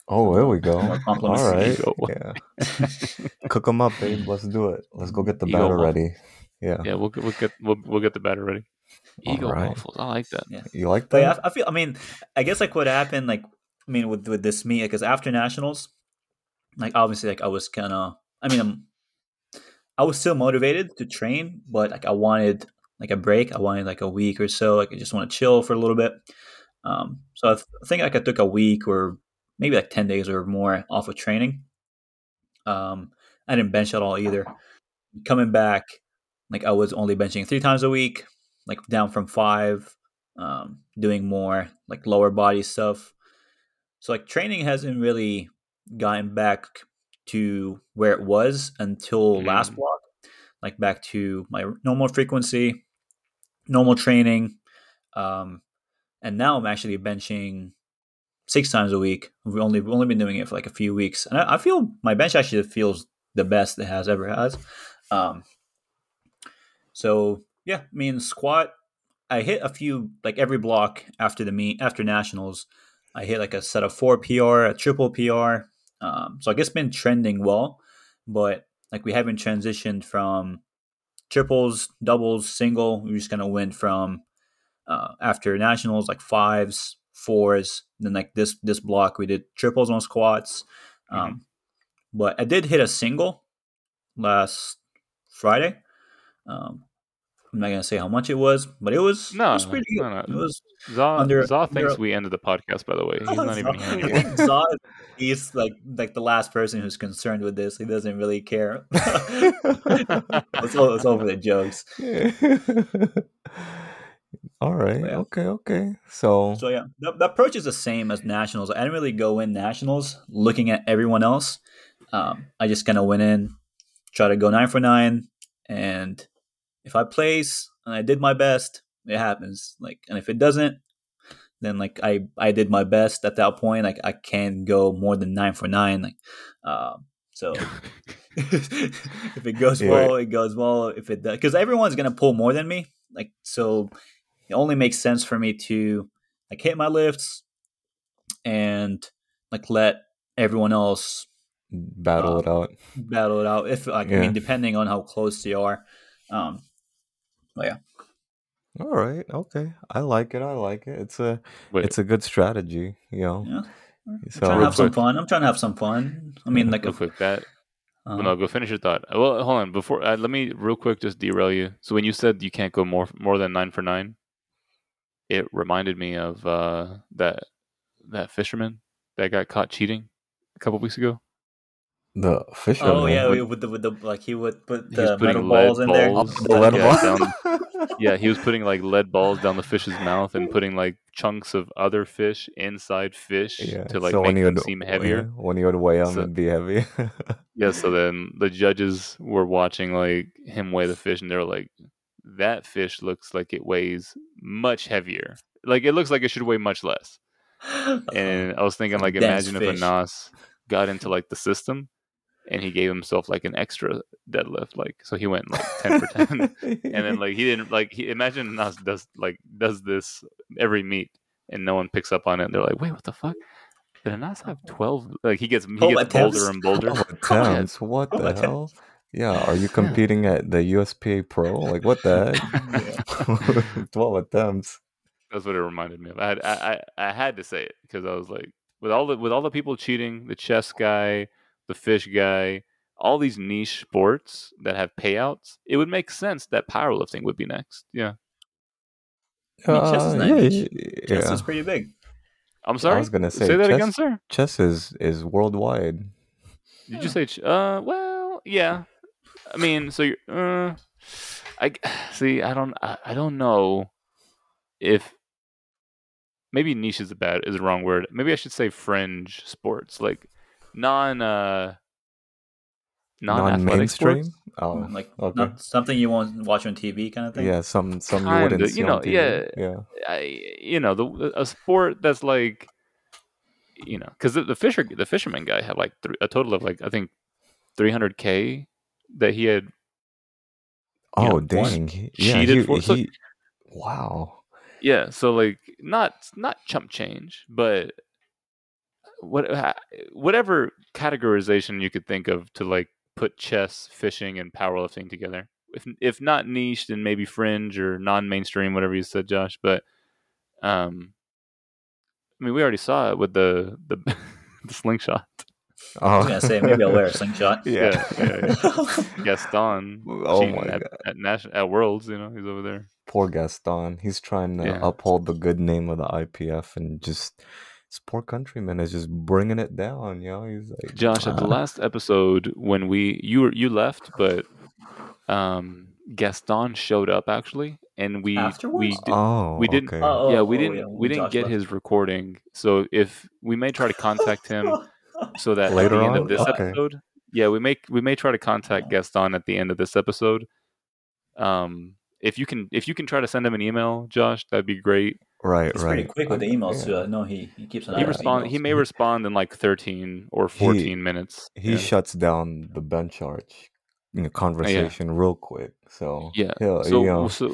S3: Oh, there we go.
S2: More
S3: All
S2: compliments.
S3: right.
S1: Ego.
S3: Yeah. Cook them up, babe. Let's do it. Let's go get the
S1: Ego
S3: batter
S1: waffle.
S3: ready. Yeah.
S1: Yeah, we'll get- we'll get we'll, we'll get the batter ready.
S3: All
S1: Ego
S3: right.
S1: waffles. I like that.
S3: You like
S2: But
S3: that?
S2: yeah, I, I feel. I mean, I guess like what happened, like I mean, with with this meet, because after nationals, like obviously, like I was kind of. I mean, I'm, I was still motivated to train, but like I wanted like a break. I wanted like a week or so. Like I just want to chill for a little bit. Um, so I, th- I think like I took a week or maybe like ten days or more off of training. Um, I didn't bench at all either. Coming back, like I was only benching three times a week, like down from five um, doing more like lower body stuff. So like training hasn't really gotten back to where it was until last
S1: Mm.
S2: block, like back to my normal frequency, normal training, um, and now I'm actually benching six times a week. We've only we've only been doing it for like a few weeks, and I, I feel my bench actually feels the best it has ever has. Um, so yeah, I mean squat I hit a few like every block after the meet after nationals. I hit like a set of four PR, a triple PR. Um, so I guess been trending well, but like we haven't transitioned from triples, doubles, single. We just kind of went from uh, after nationals like fives, fours. Then like this this block we did triples on squats, um, but I did hit a single last Friday. Um, I'm not gonna say how much it was, but it was
S1: No,
S2: it was pretty good.
S1: no, no.
S2: It was.
S1: Zaw,
S2: Under-
S1: Zaw thinks
S2: under-
S1: we ended the podcast. By the way, he's not even here
S2: I
S1: anymore.
S2: think Zod is like like the last person who's concerned with this. He doesn't really care. it's, all, it's all for the jokes.
S3: All right.
S2: Yeah.
S3: Okay. Okay. So,
S2: So yeah, the, the approach is the same as nationals. I didn't really go in nationals looking at everyone else. Um, I just kind of went in, try to go nine for nine, and if I place and I did my best, it happens. Like, and if it doesn't, then like I I did my best at that point. Like I can go more than nine for nine. Like, um, so. if it goes
S3: Yeah.
S2: well, it goes well. If it does, because everyone's gonna pull more than me, like so, it only makes sense for me to like hit my lifts and like let everyone else
S3: battle
S2: Uh,
S3: it out.
S2: battle it out. If like I
S3: Yeah.
S2: mean, depending on how close they are. Um,
S3: All right. Okay. I like it. I like it. It's a
S1: Wait,
S3: it's a good strategy. You know.
S2: yeah. I'm
S3: So-
S2: trying to
S1: Real
S2: have some
S1: quick.
S2: fun. I'm trying to have some fun. I mean, like,
S1: real
S2: if,
S1: quick, that
S2: um,
S1: no, go finish your thought. Well, hold on. Before uh, let me real quick just derail you. So when you said you can't go more more than nine for nine, it reminded me of uh, that that fisherman that got caught cheating a couple weeks ago.
S3: The fisherman.
S2: oh yeah,
S1: would-
S2: with the with the like he would put
S1: He's
S2: the
S1: putting
S2: metal
S1: lead
S2: balls in there.
S1: balls.
S3: The lead
S1: Yeah,
S3: balls.
S1: Yeah, he was putting like lead balls down the fish's mouth and putting like chunks of other fish inside fish
S3: Yeah,
S1: to like
S3: so
S1: make
S3: when you
S1: them
S3: would-
S1: seem
S3: yeah,
S1: heavier.
S3: when you would weigh them
S1: So-
S3: and be heavy.
S1: Yeah, so then the judges were watching like him weigh the fish and they're like, That fish looks like it weighs much heavier. Like it looks like it should weigh much less.
S3: Uh-huh.
S1: And I was thinking like
S2: Dense
S1: imagine if
S2: fish.
S1: a Nas got into like the system and he gave himself like an extra deadlift, like so he went like ten for ten. and then like he didn't like he imagine Nas does like does this every meet and no one picks up on it and they're like, Wait, what the fuck? Did Nas have twelve like he gets he
S2: Twelve
S1: gets bolder
S2: attempts?
S1: and bolder.
S3: Oh, attempts. What
S2: Oh,
S3: the
S2: attempts.
S3: hell? Yeah, are you competing at the USPA Pro? Like, what the heck? 12 attempts.
S1: That's what it reminded me of. I had, I, I, I had to say it because I was like, with all the with all the people cheating, the chess guy, the fish guy, all these niche sports that have payouts, it would make sense that powerlifting would be next. Yeah,
S2: I mean, chess is
S3: Uh,
S2: not
S3: yeah,
S2: niche.
S3: yeah,
S2: Chess
S3: yeah.
S2: is pretty big.
S1: I'm sorry.
S3: I was gonna say,
S1: say that
S3: chess-
S1: again, sir.
S3: Chess is, is worldwide.
S1: Did you say? Ch- uh, well, yeah. I mean, so you're. Uh, I g- see. I don't. I, I don't know if maybe niche is a bad is a wrong word. Maybe I should say fringe sports, like non uh non athletic
S3: Non-mainstream.
S1: sports.
S3: Oh,
S2: Like
S3: okay.
S2: not something you won't watch on TV kind of thing.
S3: yeah, some some you
S1: Kinda,
S3: wouldn't see
S1: you know,
S3: on TV.
S1: yeah.
S3: yeah.
S1: I, you know, the a sport that's like, you know, because the, the fisher the fisherman guy had like three, a total of like I think three hundred k that he had you know,
S3: Oh
S1: just
S3: dang! he- Yeah,
S1: cheated
S3: he-
S1: for- so-
S3: he- wow.
S1: Yeah, so like not not chump change, but uh, what ha- whatever categorization you could think of to like put chess, fishing, and powerlifting together. If if not niche, then maybe fringe or non-mainstream, whatever you said, Josh. But um, I mean, we already saw it with the the, the slingshot.
S2: I was gonna say maybe I'll wear a
S3: Oh.
S2: slingshot.
S3: Yeah.
S1: Yeah, Gaston.
S3: Oh
S1: cheating
S3: my
S1: at,
S3: God.
S1: At, nation- at worlds, you know, he's over there.
S3: Poor Gaston. He's trying to
S1: Yeah.
S3: uphold the good name of the IPF and just his poor countryman is just bringing it down. You know, he's like
S1: Josh, at the
S3: "Ah,
S1: last episode when we you were you left, but um Gaston showed up actually, and we we
S2: Afterwards?
S1: di-
S3: Oh,
S1: we didn't-
S3: Okay.
S2: Oh,
S1: yeah we
S2: oh,
S1: didn't
S2: yeah,
S1: we didn't
S2: Josh
S1: get
S2: left.
S1: his recording. So if we may try to contact him so that
S3: Later
S1: at the end
S3: on?
S1: of this
S3: Okay.
S1: episode, yeah, we make we may try to contact Gaston at the end of this episode. Um, if you can if you can try to send him an email, Josh, that'd be great.
S3: right,
S2: He's
S3: right.
S2: pretty quick with the
S3: Okay,
S2: emails
S3: yeah.
S2: too. I know he, he keeps an eye
S1: He
S2: on his
S1: respond he
S2: Uh, emails.
S1: may respond in like thirteen or
S3: He-
S1: fourteen minutes.
S3: He
S1: yeah. Oh,
S3: shuts down the bench arch you know, conversation real quick. So
S1: Yeah.
S3: he'll-
S1: So,
S3: you know,
S1: so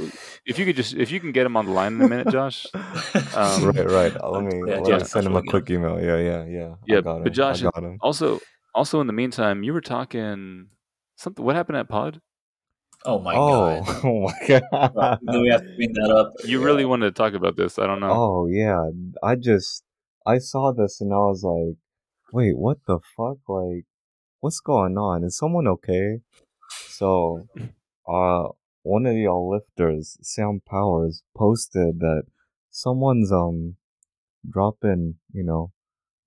S1: if you could just if you can get him on the line in a minute, Josh. Um,
S3: right, right. Oh, Let me,
S2: Yeah,
S1: Josh,
S3: let me send
S2: that's
S3: him
S2: what
S3: a
S2: we got.
S3: quick email. Yeah, yeah, yeah.
S1: Yeah,
S3: I got him.
S1: but Josh
S3: I
S1: is-
S3: got him.
S1: Also, also in the meantime, you were talking something. What happened at Pod?
S2: oh my
S3: oh,
S2: god.
S3: oh my god.
S2: Do we have to bring that up?
S1: You really wanted to talk about this. I don't know.
S3: Oh yeah, I just I saw this and I was like, wait, what the fuck? Like, what's going on? Is someone okay? So, uh, one of y'all lifters, Sam Powers, posted that someone's um dropping, you know,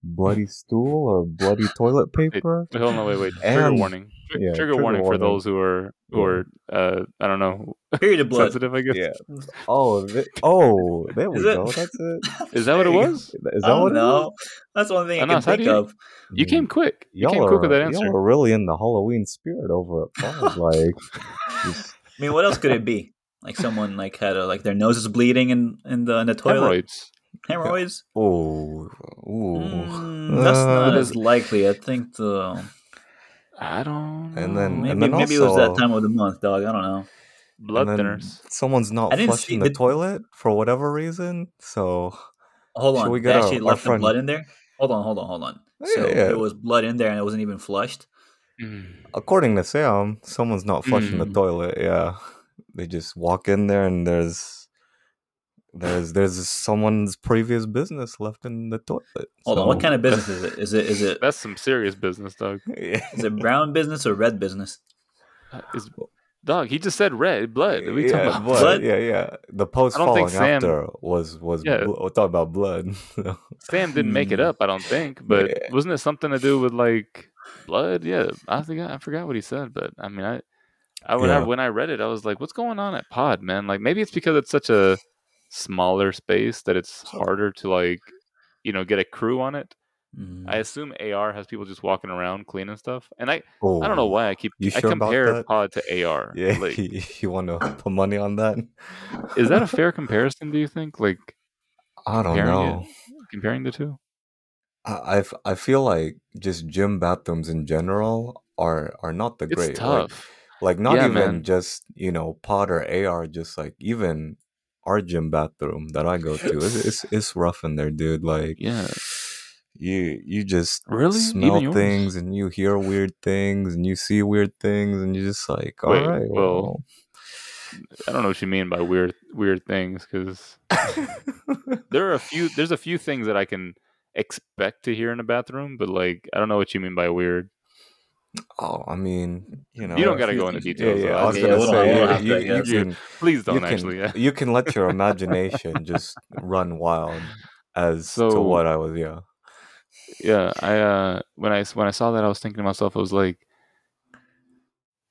S3: bloody stool or bloody toilet paper.
S1: Wait, hold on, wait, wait. Trigger
S3: And-
S1: warning. Tr-
S3: yeah,
S1: trigger,
S3: trigger
S1: warning, for
S3: warning.
S1: those who are who
S3: Yeah.
S1: are uh, I don't know
S2: Period of blood.
S1: sensitive. I guess
S3: Yeah. Oh, th- oh, there we
S2: Is it-
S3: go. That's it.
S1: is that what it was?
S3: Is that
S2: I
S3: what it
S2: don't
S3: is?
S2: know. That's the only thing I
S1: Anas,
S2: can
S1: how do
S2: think
S1: you-
S2: of.
S1: You came quick. You came quick with that answer.
S3: Mm. Y'all are really in the Halloween spirit over at Five. like, just-
S2: I mean, what else could it be? Like someone like had a, like their nose is bleeding in in the in the toilet.
S1: Hemorrhoids.
S2: Hemorrhoids.
S3: oh, ooh.
S2: Mm, that's not
S3: Uh,
S2: as likely. I think the
S1: I don't.
S3: And
S1: know.
S3: then-
S2: maybe
S3: then
S2: maybe it was
S3: also-
S2: that time of the month, dog. I don't know.
S1: blood
S3: and then
S1: thinners.
S3: Someone's not
S2: I didn't
S3: flushing
S2: see
S3: the
S2: the-
S3: toilet for whatever reason. So,
S2: Hold
S3: Should
S2: on.
S3: we
S2: they
S3: get our-
S2: actually
S3: our
S2: left
S3: friend-
S2: the blood in there? Hold on, hold on, hold on.
S3: Yeah,
S2: So
S3: yeah.
S2: there was blood in there and it wasn't even flushed.
S1: Mm.
S3: according to Sam, someone's not flushing the
S2: Mm.
S3: toilet. Yeah, they just walk in there and there's there's there's someone's previous business left in the toilet.
S2: Hold on, what kind of business is it? Is it is it
S1: That's some serious business, dog.
S3: of? Yeah.
S2: is it brown business or red business?
S1: Uh, Is dog? He just said red blood. What Are we talking
S3: yeah,
S1: about
S3: blood.
S2: Blood?
S3: Yeah, yeah. The post
S1: I don't
S3: following
S1: think Sam-
S3: after was was
S1: Yeah.
S3: bl- we're talking about blood.
S1: Sam didn't make it
S2: Hmm.
S1: up, I don't think. But
S3: Yeah.
S1: wasn't it something to do with like blood? Yeah, I think I forgot what he said, but I mean, I, I when I
S3: Yeah.
S1: when I read it, I was like, what's going on at Pod, man? Like maybe it's because it's such a smaller space that it's harder to like, you know, get a crew on it.
S2: Mm.
S1: I assume AR has people just walking around cleaning stuff, and I
S3: oh,
S1: I don't know why I keep
S3: You
S1: I
S3: sure about
S1: compare
S3: that?
S1: Pod to AR.
S3: Yeah,
S1: like,
S3: you, want to put money on that?
S1: is that a fair comparison? Do you think like
S3: I don't
S1: comparing
S3: know.
S1: it, comparing the two?
S3: I I f- I feel like just gym bathrooms in general are are not the
S1: It's
S3: great. Like,
S1: tough.
S3: like not
S1: Yeah,
S3: even
S1: man.
S3: just you know pod or AR. Just like even our gym bathroom that I go to, it's it's, it's rough in there, dude. Like
S1: Yeah.
S3: You you just
S1: Really? Even
S3: smell
S1: yours?
S3: things and you hear weird things and you see weird things and you're just like, all
S1: Wait,
S3: right,
S1: well- I don't know what you mean by weird weird things because
S3: well.
S1: there are a few. There's a few things that I can expect to hear in a bathroom, but like I don't know what you mean by weird.
S3: oh, I mean, you know,
S1: You don't
S3: if
S1: gotta go into details,
S3: Yeah, yeah.
S1: though.
S3: I was
S2: Yeah,
S3: gonna
S2: we don't- we
S3: say,
S2: don't
S3: yeah,
S2: have
S3: you,
S2: to,
S3: you
S2: yes.
S3: can
S1: Please don't
S3: you can,
S1: actually. Yeah.
S3: you can let your imagination just run wild as to
S1: So-
S3: what I was. Yeah,
S1: yeah i uh when i when i saw that i was thinking to myself i was like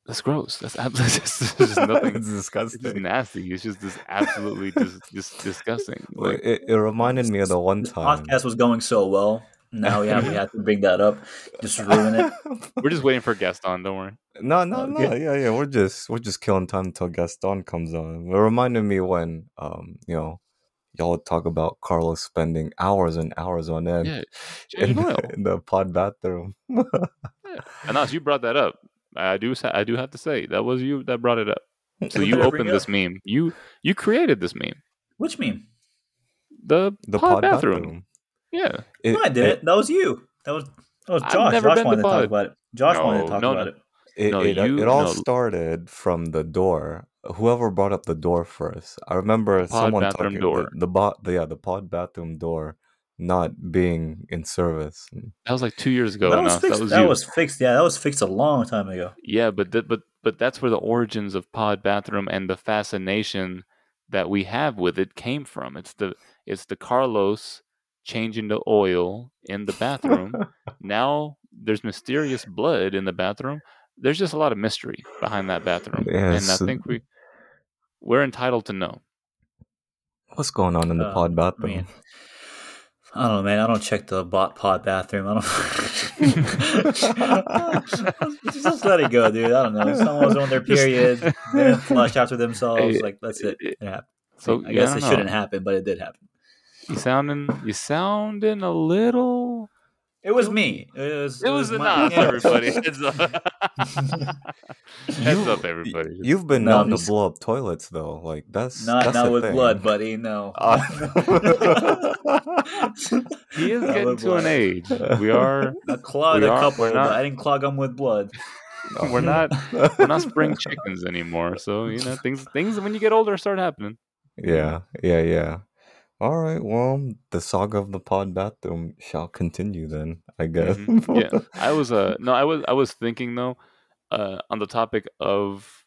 S1: that's gross that's absolutely just, just nothing
S3: it's
S1: it's just
S3: disgusting.
S1: nasty it's just this absolutely just just disgusting
S3: Well,
S1: like
S3: it, it reminded me of the one
S2: This
S3: time.
S2: podcast was going so well. Now yeah, we had to bring that up. Just ruin it.
S1: we're just waiting for gaston don't worry
S3: No, no, no.
S2: Okay.
S3: Yeah, yeah. We're just we're just killing time until Gaston comes on. It reminded me when um, you know, y'all talk about Carlos spending hours and hours on end
S1: Yeah, change
S3: in,
S1: an oil.
S3: the, in the pod bathroom.
S1: anas you brought that up i do sa- i do have to say that was you that brought it up so
S2: What
S1: you
S2: did I bring
S1: opened
S2: up?
S1: this meme you you created this meme
S2: Which meme?
S1: the,
S3: The
S1: pod,
S3: pod,
S1: bathroom.
S3: bathroom.
S1: yeah
S3: It-
S2: no, I did
S3: It,
S2: it. That was you. That was that was
S1: I've
S2: Josh.
S1: never
S2: Josh
S1: been
S2: wanted
S1: to
S2: to talk
S1: pod.
S2: about it. Josh wanted
S1: No,
S2: to talk
S1: no,
S2: about
S1: no.
S2: it.
S3: it,
S1: No,
S3: it,
S1: you-
S3: it all
S1: no.
S3: started from the door. Whoever brought up the door first? I remember
S1: The pod
S3: someone
S1: bathroom
S3: talking
S1: door.
S3: the, the bot. The, yeah, the pod bathroom door not being in service.
S1: that was like two years ago
S2: that was
S1: Anas.
S2: fixed.
S1: that was
S2: that
S1: you
S2: was fixed. Yeah, that was fixed a long time ago.
S1: Yeah, but th- but but that's where the origins of pod bathroom and the fascination that we have with it came from. It's the it's the Carlos changing the oil in the bathroom. now there's mysterious blood in the bathroom. There's just a lot of mystery behind that bathroom, and I
S3: Yes.
S1: think we we're entitled to know.
S3: What's going on in the
S2: Uh,
S3: pod bathroom?
S2: Man. I don't know, man. I don't check the bot pod bathroom. I don't. just, just let it go, dude. I don't know. Someone's on their
S1: Just-
S2: period. They didn't flush after themselves.
S1: Hey,
S2: Like that's it.
S1: it-
S2: It happened.
S1: So
S2: I guess it shouldn't
S1: have.
S2: happen, but it did happen.
S1: You sounding you sounding a little.
S2: It was me. It was.
S1: It was
S2: my-
S1: enough,
S2: yeah.
S1: everybody. Heads up, heads up, everybody.
S3: You've been
S2: No,
S3: known to
S2: this-
S3: blow up toilets though. Like that's
S2: Not
S3: that's
S2: not
S3: a
S2: with
S3: thing.
S2: blood, buddy. No.
S1: He is
S2: I
S1: getting
S2: would
S1: to an
S2: like-
S1: age. We are.
S2: I clogged
S1: We
S2: a
S1: are-
S2: couple,
S1: we're
S2: but
S1: not-
S2: I didn't clog them with blood.
S1: We're not. We're not spring chickens anymore. So you know things. Things when you get older start happening.
S3: Yeah, yeah, yeah. All right. Well, the saga of the pod bathroom shall continue then. I guess.
S1: Mhm. Yeah. I was. Uh. No. I was. I was thinking though. Uh. On the topic of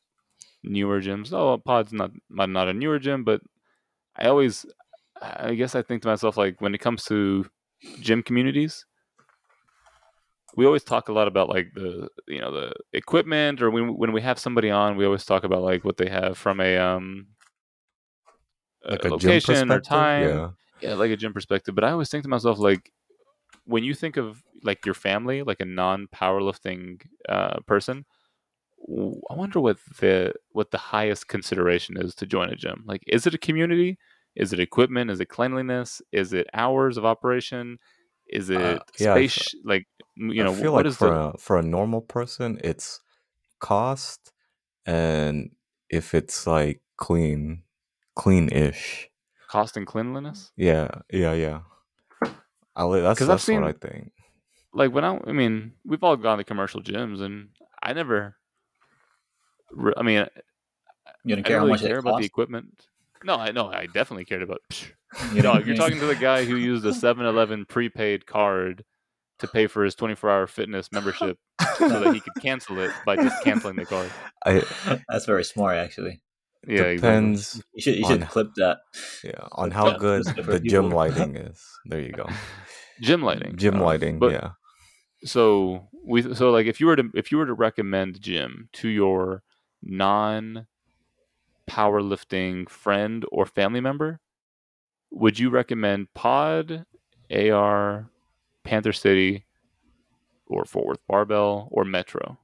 S1: newer gyms. Oh, Pod's not not not a newer gym, but I always. I guess I think to myself like when it comes to gym communities. We always talk a lot about like the you know the equipment or when when we have somebody on we always talk about like what they have from a um uh,
S3: Like a gym
S1: location or
S3: perspective.
S1: time
S3: Yeah.
S1: yeah like a gym perspective but i always think to myself like when you think of like your family like a non-powerlifting uh, person w- i wonder what the what the highest consideration is to join a gym like is it a community is it equipment is it cleanliness is it hours of operation is it
S3: Uh, yeah, I
S1: space like m- you know
S3: I feel
S1: what
S3: like
S1: is
S3: for uh,
S1: the
S3: a, for a normal person, it's cost and if it's like clean, clean-ish.
S1: cost and cleanliness
S3: Yeah, yeah, yeah. I li- that's
S1: 'Cause I've
S3: that's
S1: seen-
S3: what I think.
S1: like when I, I mean, we've all gone to commercial gyms, and I never. re- I mean,
S2: You don't
S1: I didn't
S2: care how
S1: really
S2: much it
S1: care
S2: costs.
S1: about the equipment. No, I know I definitely cared about. Psh,
S2: You know
S1: dog,
S2: what I
S1: you're
S2: mean?
S1: talking to the guy who used a 7-Eleven prepaid card to pay for his 24-hour fitness membership so that he could cancel it by just canceling the card.
S3: I
S2: That's very smart, actually.
S1: Yeah, exactly.
S3: depends
S2: You should you
S1: Oh,
S3: On-
S2: should clip that.
S3: yeah, on
S2: But
S3: how
S2: that-
S3: good
S2: that's for
S3: the
S2: people-
S3: gym lighting is. There you go.
S1: Gym lighting.
S3: Gym
S1: uh,
S3: lighting,
S1: but-
S3: yeah.
S1: so we so like if you were to if you were to recommend gym to your non powerlifting friend or family member would you recommend pod ar panther city or fort worth barbell or metro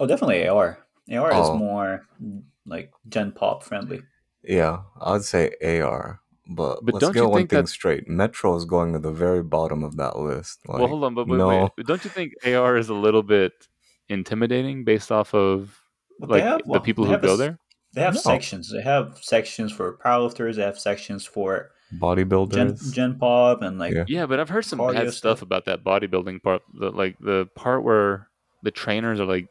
S2: Oh, definitely AR. AR
S3: Oh.
S2: is more mm, like gen pop friendly.
S3: Yeah, I'd say AR. But,
S1: But
S3: let's
S1: don't
S3: get
S1: you
S3: one
S1: think
S3: thing
S1: that-
S3: straight. Metro is going to the very bottom of that list. Like,
S1: well hold on but, but
S3: no.
S1: wait, but don't you think ar is a little bit intimidating based off of
S2: But
S1: like
S2: they have,
S1: the
S2: well,
S1: people
S2: they
S1: who
S2: have a
S1: go
S2: s-
S1: there
S2: They have
S3: No.
S2: sections. They have sections for powerlifters. They have sections for Gen,
S3: bodybuilders.
S2: Gen Pop and like
S3: Yeah.
S1: Yeah, but I've heard some
S2: Cardio
S1: bad stuff
S2: stuff.
S1: about that bodybuilding part. The, like the part where the trainers are like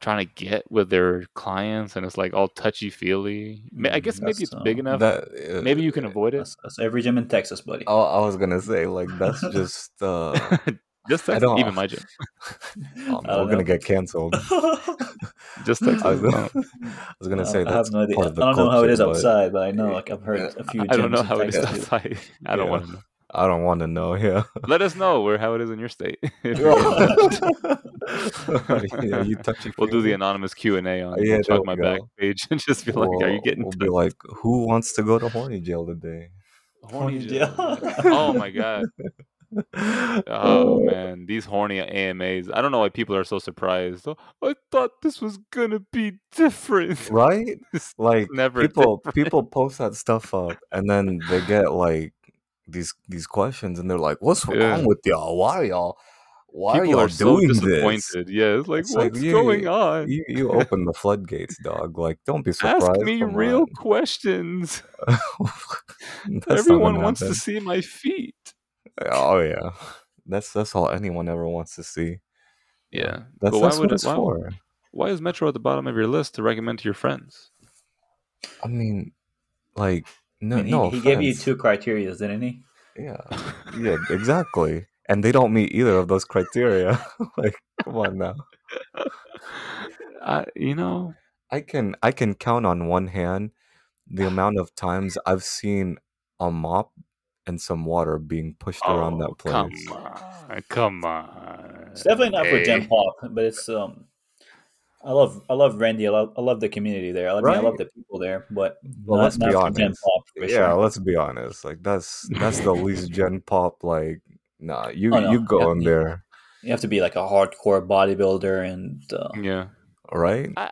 S1: trying to get with their clients, and it's like all touchy feely. I guess
S2: Mm,
S1: maybe
S2: that's,
S1: it's
S2: uh,
S1: big enough.
S3: That, uh,
S1: maybe you can avoid it.
S2: that's, that's every gym in Texas, buddy.
S3: Oh, I was gonna say like that's just. Uh,
S1: Just
S3: I
S1: text,
S3: don't-
S1: even my gym.
S3: oh,
S2: I
S3: no, we're
S2: don't
S3: gonna
S2: know.
S3: get canceled.
S1: Just text.
S3: I was,
S1: us.
S3: I was gonna say
S2: I have
S3: that's
S2: no idea. I
S3: part of
S2: don't
S3: the
S2: know how it is
S3: culture, but
S2: outside, but I know like I've heard a few.
S1: I don't know
S2: gyms in
S1: how it is
S2: Texas do.
S1: outside. I don't
S3: Yeah.
S1: want to know.
S3: I don't want to know. Yeah.
S1: Let us know where how it is in your state.
S3: yeah, you touchy.
S1: we'll do the
S3: feely.
S1: anonymous Q and A on
S3: Yeah, there
S1: Talk my
S3: we
S1: back
S3: go.
S1: page and just be like, "Are you
S3: We'll-
S1: getting
S3: We'll be like, who wants to go to horny jail today?
S1: horny,
S2: Horny
S1: jail?"
S2: jail.
S1: Yeah. oh my god! Oh man, these horny AMAs. I don't know why people are so surprised. Oh, I thought this was gonna be different.
S3: Right?
S1: It's
S3: Like
S1: never
S3: people people post that stuff up and then they get like these these questions and they're like, What's
S1: Yeah.
S3: wrong with y'all? Why are y'all why
S1: people
S3: are y'all
S1: are so
S3: doing
S1: disappointed.
S3: this?
S1: Yeah, it's like
S3: It's like,
S1: what's
S3: you-
S1: going on?
S3: You you open the floodgates, dog. Like don't be surprised.
S1: Ask me
S3: Come
S1: real
S3: on.
S1: questions.
S3: That's not
S1: Everyone
S3: gonna
S1: wants to
S3: happen.
S1: see my feet.
S3: Oh yeah. That's that's all anyone ever wants to see.
S1: Yeah.
S3: That's,
S1: But why
S3: that's
S1: would
S3: what
S1: it-
S3: it's
S1: why-
S3: for.
S1: Why is Metro at the bottom of your list to recommend to your friends?
S3: I mean, like, no,
S2: I mean, he,
S3: no
S2: he gave you
S3: offense.
S2: two criteria, didn't he?
S3: Yeah, yeah, exactly. And they don't meet either of those criteria. like, come on now.
S1: I, you know,
S3: I can I can count on one hand the amount of times I've seen a mop and some water being pushed around
S2: Oh,
S3: that place.
S1: oh, come on, come on.
S2: It's definitely not for
S1: Hey.
S2: Gen Pop, but it's um. I love I love Randy. I love, I love the community there. I, mean, I love
S3: Right?
S2: the people there, but
S3: Well,
S2: not,
S3: let's be
S2: not for Gen
S3: honest.
S2: Pop for
S3: Yeah,
S2: sure.
S3: let's be honest. Like that's that's the least gen pop. Like, nah, you
S2: Oh, no.
S3: you go in
S2: Definitely.
S3: there,
S2: You have to be like a hardcore bodybuilder and uh,
S1: Yeah,
S3: right?
S1: I,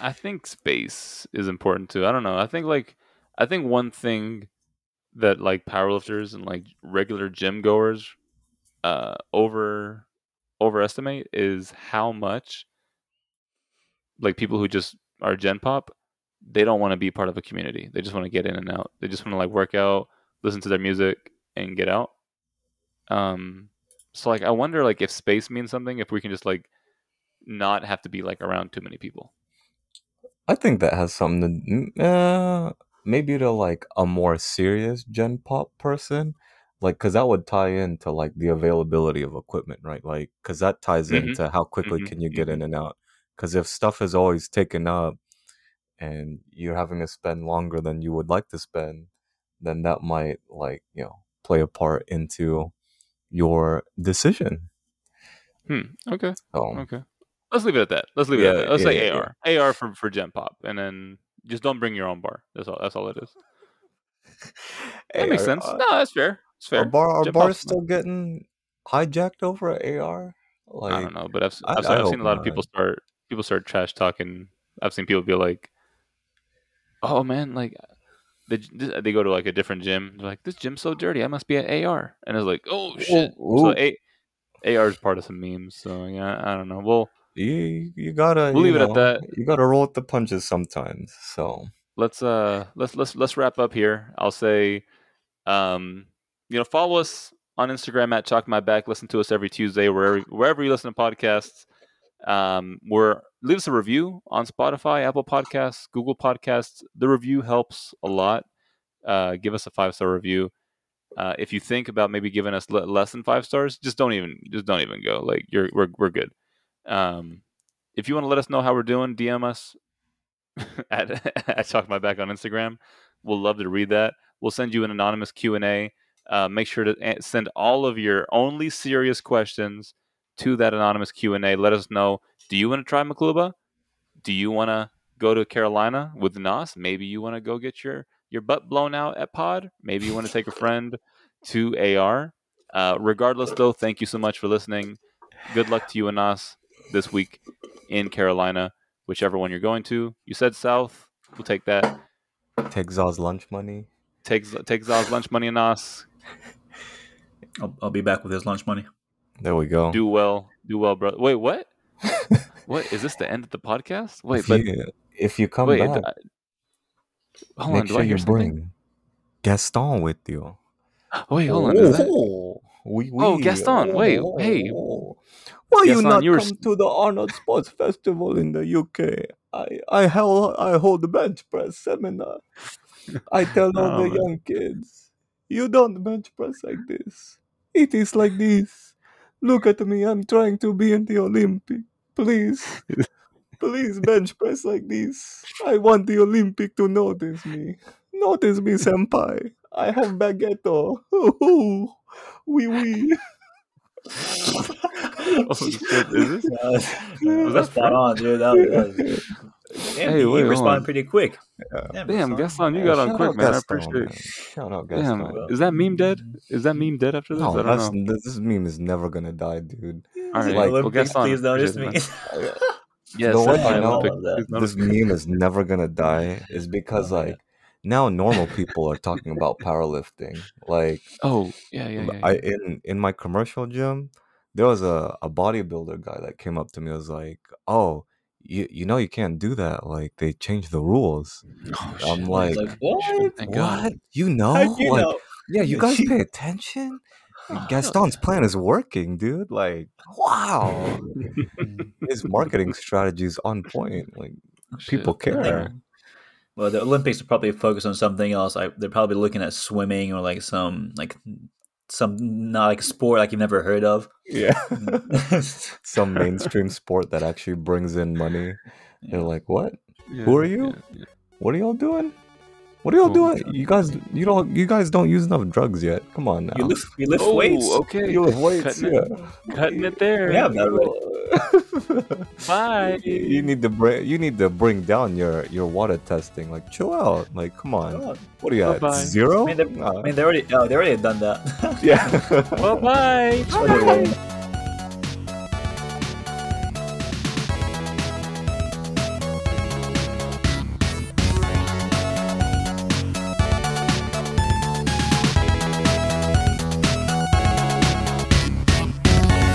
S1: I think space is important too. I don't know. I think like I think one thing that like powerlifters and like regular gym goers uh over overestimate is how much like people who just are gen pop they don't want to be part of a community they just want to get in and out they just want to like work out listen to their music and get out um so like i wonder like if space means something if we can just like not have to be like around too many people
S3: I think that has something to uh, maybe to like a more serious gen pop person, like because that would tie into like the availability of equipment, right? Like because that ties
S1: Mhm.
S3: into how quickly
S1: Mhm,
S3: can you get
S1: mhm.
S3: in and out. Because if stuff is always taken up and you're having to spend longer than you would like to spend, then that might like you know play a part into your decision.
S1: hmm okay
S3: So
S1: okay let's leave it at that let's leave it at
S3: Oh. Yeah,
S1: that let's
S3: yeah,
S1: say
S3: yeah, yeah.
S1: ar ar for for gen pop and then just don't bring your own bar that's all that's all it is that
S3: Hey,
S1: makes
S3: are-
S1: sense
S3: uh,
S1: no that's fair it's fair
S3: Our bar, our
S1: Gen
S3: bar
S1: Pop's
S3: still getting hijacked over at AR. Like,
S1: I don't know, but I've s-
S3: I-
S1: I've, s-
S3: I
S1: I've seen
S3: hope
S1: a lot of people
S3: not.
S1: start people start trash talking. I've seen people be like, "Oh man, like they j- th- they go to like a different gym. They're like, this gym's so dirty. I must be at AR." And it's like, "Oh shit!"
S3: Ooh, ooh.
S1: So a, AR is part of some memes. So yeah, I don't know. Well,
S3: you you gotta
S1: We'll
S3: you
S1: leave it at
S3: know,
S1: that.
S3: You gotta roll with the punches sometimes. So
S1: let's uh let's let's let's wrap up here. I'll say, um, you know, follow us on Instagram at Chalk My Back. Listen to us every Tuesday wherever wherever you listen to podcasts. um, we're leave us a review on Spotify, Apple Podcasts, Google Podcasts. The review helps a lot. Uh, give us a five star review. Uh, if you think about maybe giving us le- less than five stars, just don't even just don't even go. Like you're we're we're good. Um, if you want to let us know how we're doing, DM us at at Talk My Back on Instagram. We'll love to read that. We'll send you an anonymous Q and A. Uh, make sure to a- send all of your only serious questions to that anonymous Q and A. Let us know. Do you want to try Macluba? Do you want to go to Carolina with Nas? Maybe you want to go get your your butt blown out at Pod. Maybe you want to take a friend to AR. Uh, regardless, though, thank you so much for listening. Good luck to you and Nas this week in Carolina, whichever one you're going to. You said South. We'll take that.
S3: take Zaz lunch money.
S1: Take Z- take Zal's lunch money and Nas.
S2: I'll, I'll be back with his lunch money.
S3: There we go.
S1: Do well, do well, brother. Wait, what? What is this? The end of the podcast? Wait,
S3: if
S1: but
S3: you if you come
S1: wait.
S3: back,
S1: I- hold
S3: make
S1: on. Do
S3: sure
S1: I hear
S3: you
S1: something?
S3: bring Gaston with you.
S1: Wait, hold on. Is that...
S3: Oh, oui, oui.
S1: Oh, Gaston, wait, hey.
S3: Why you
S1: Gaston,
S3: not
S1: you were
S3: come to the Arnold Sports Festival in the UK? I I held I hold the bench press seminar. I tell all
S1: Oh,
S3: the
S1: man.
S3: young kids, you don't bench press like this. It is like this. Look at me. I'm trying to be in the Olympic. Please, please bench press like this. I want the Olympic to notice me. Notice me, senpai. I have baguetto. Ooh, wee wee.
S1: Oh, shit, is this?
S2: Uh,
S1: Was that
S2: spot on, dude. That was, that was- Damn,
S1: Hey,
S2: he
S1: wait, hold
S2: responded
S1: on.
S2: pretty quick.
S3: Yeah.
S1: Damn,
S2: Gaston.
S1: Gaston, you
S2: Yeah,
S1: got on
S3: Shout
S1: quick,
S3: out
S1: man. I
S3: Gaston,
S1: appreciate
S3: man.
S1: it.
S3: Shout out Gaston.
S1: Damn, is that meme dead? Is that meme dead after this?
S3: No,
S1: I don't
S3: that's
S1: know.
S3: this, this meme is never gonna die, dude.
S1: All
S2: The
S1: right, well,
S2: Olympics,
S1: Gaston,
S2: please notice
S1: appreciate it,
S2: me.
S1: man. Yes,
S3: The way
S1: that's my
S3: I know
S1: Olympic.
S2: that
S1: Please notice
S3: This meme is never gonna die is because
S2: Oh, yeah.
S3: like now normal people are talking about powerlifting. Like
S1: Oh, yeah, yeah, yeah. yeah.
S3: I in in my commercial gym, there was a, a bodybuilder guy that came up to me was like, "Oh, you you know you can't do that. Like they changed the rules."
S1: oh,
S3: I'm
S1: shit.
S3: like,
S2: He's like, what?
S1: Thank God.
S3: "What? You know?
S2: How'd you
S3: like
S2: know?
S3: yeah, you
S2: Yeah,
S3: guys
S2: she-
S3: pay attention?
S1: Oh, hell
S3: Gaston's plan is working, dude. Like, wow. His marketing strategy is on point. Like, people
S1: Shit, man.
S3: care.
S2: Well, the Olympics are probably focused on something else. I, they're probably looking at swimming or like some like some not like sport like you've never heard of.
S3: Yeah.
S2: yeah.
S3: Some mainstream sport that actually brings in money. They're like, what?
S1: Yeah,
S3: Who are you?
S1: yeah, yeah.
S3: What are y'all doing? What are y'all
S1: Cool.
S3: doing? You guys, you don't, you guys don't use enough drugs yet. Come on now.
S2: You lift you lift
S1: Oh,
S2: weights.
S1: okay.
S3: You lift weights,
S1: Cutting
S3: yeah.
S1: it, cutting it there.
S2: We have that already.
S1: Bye.
S3: you need to bring, you need to bring down your your water testing. Like, chill out. Like, come on.
S2: Oh,
S3: What do you at?
S1: Bye-bye.
S3: Zero?
S2: I mean, oh, they-
S3: Nah.
S2: I mean, they already oh, they already have done that.
S3: yeah.
S1: Bye bye.
S2: Bye.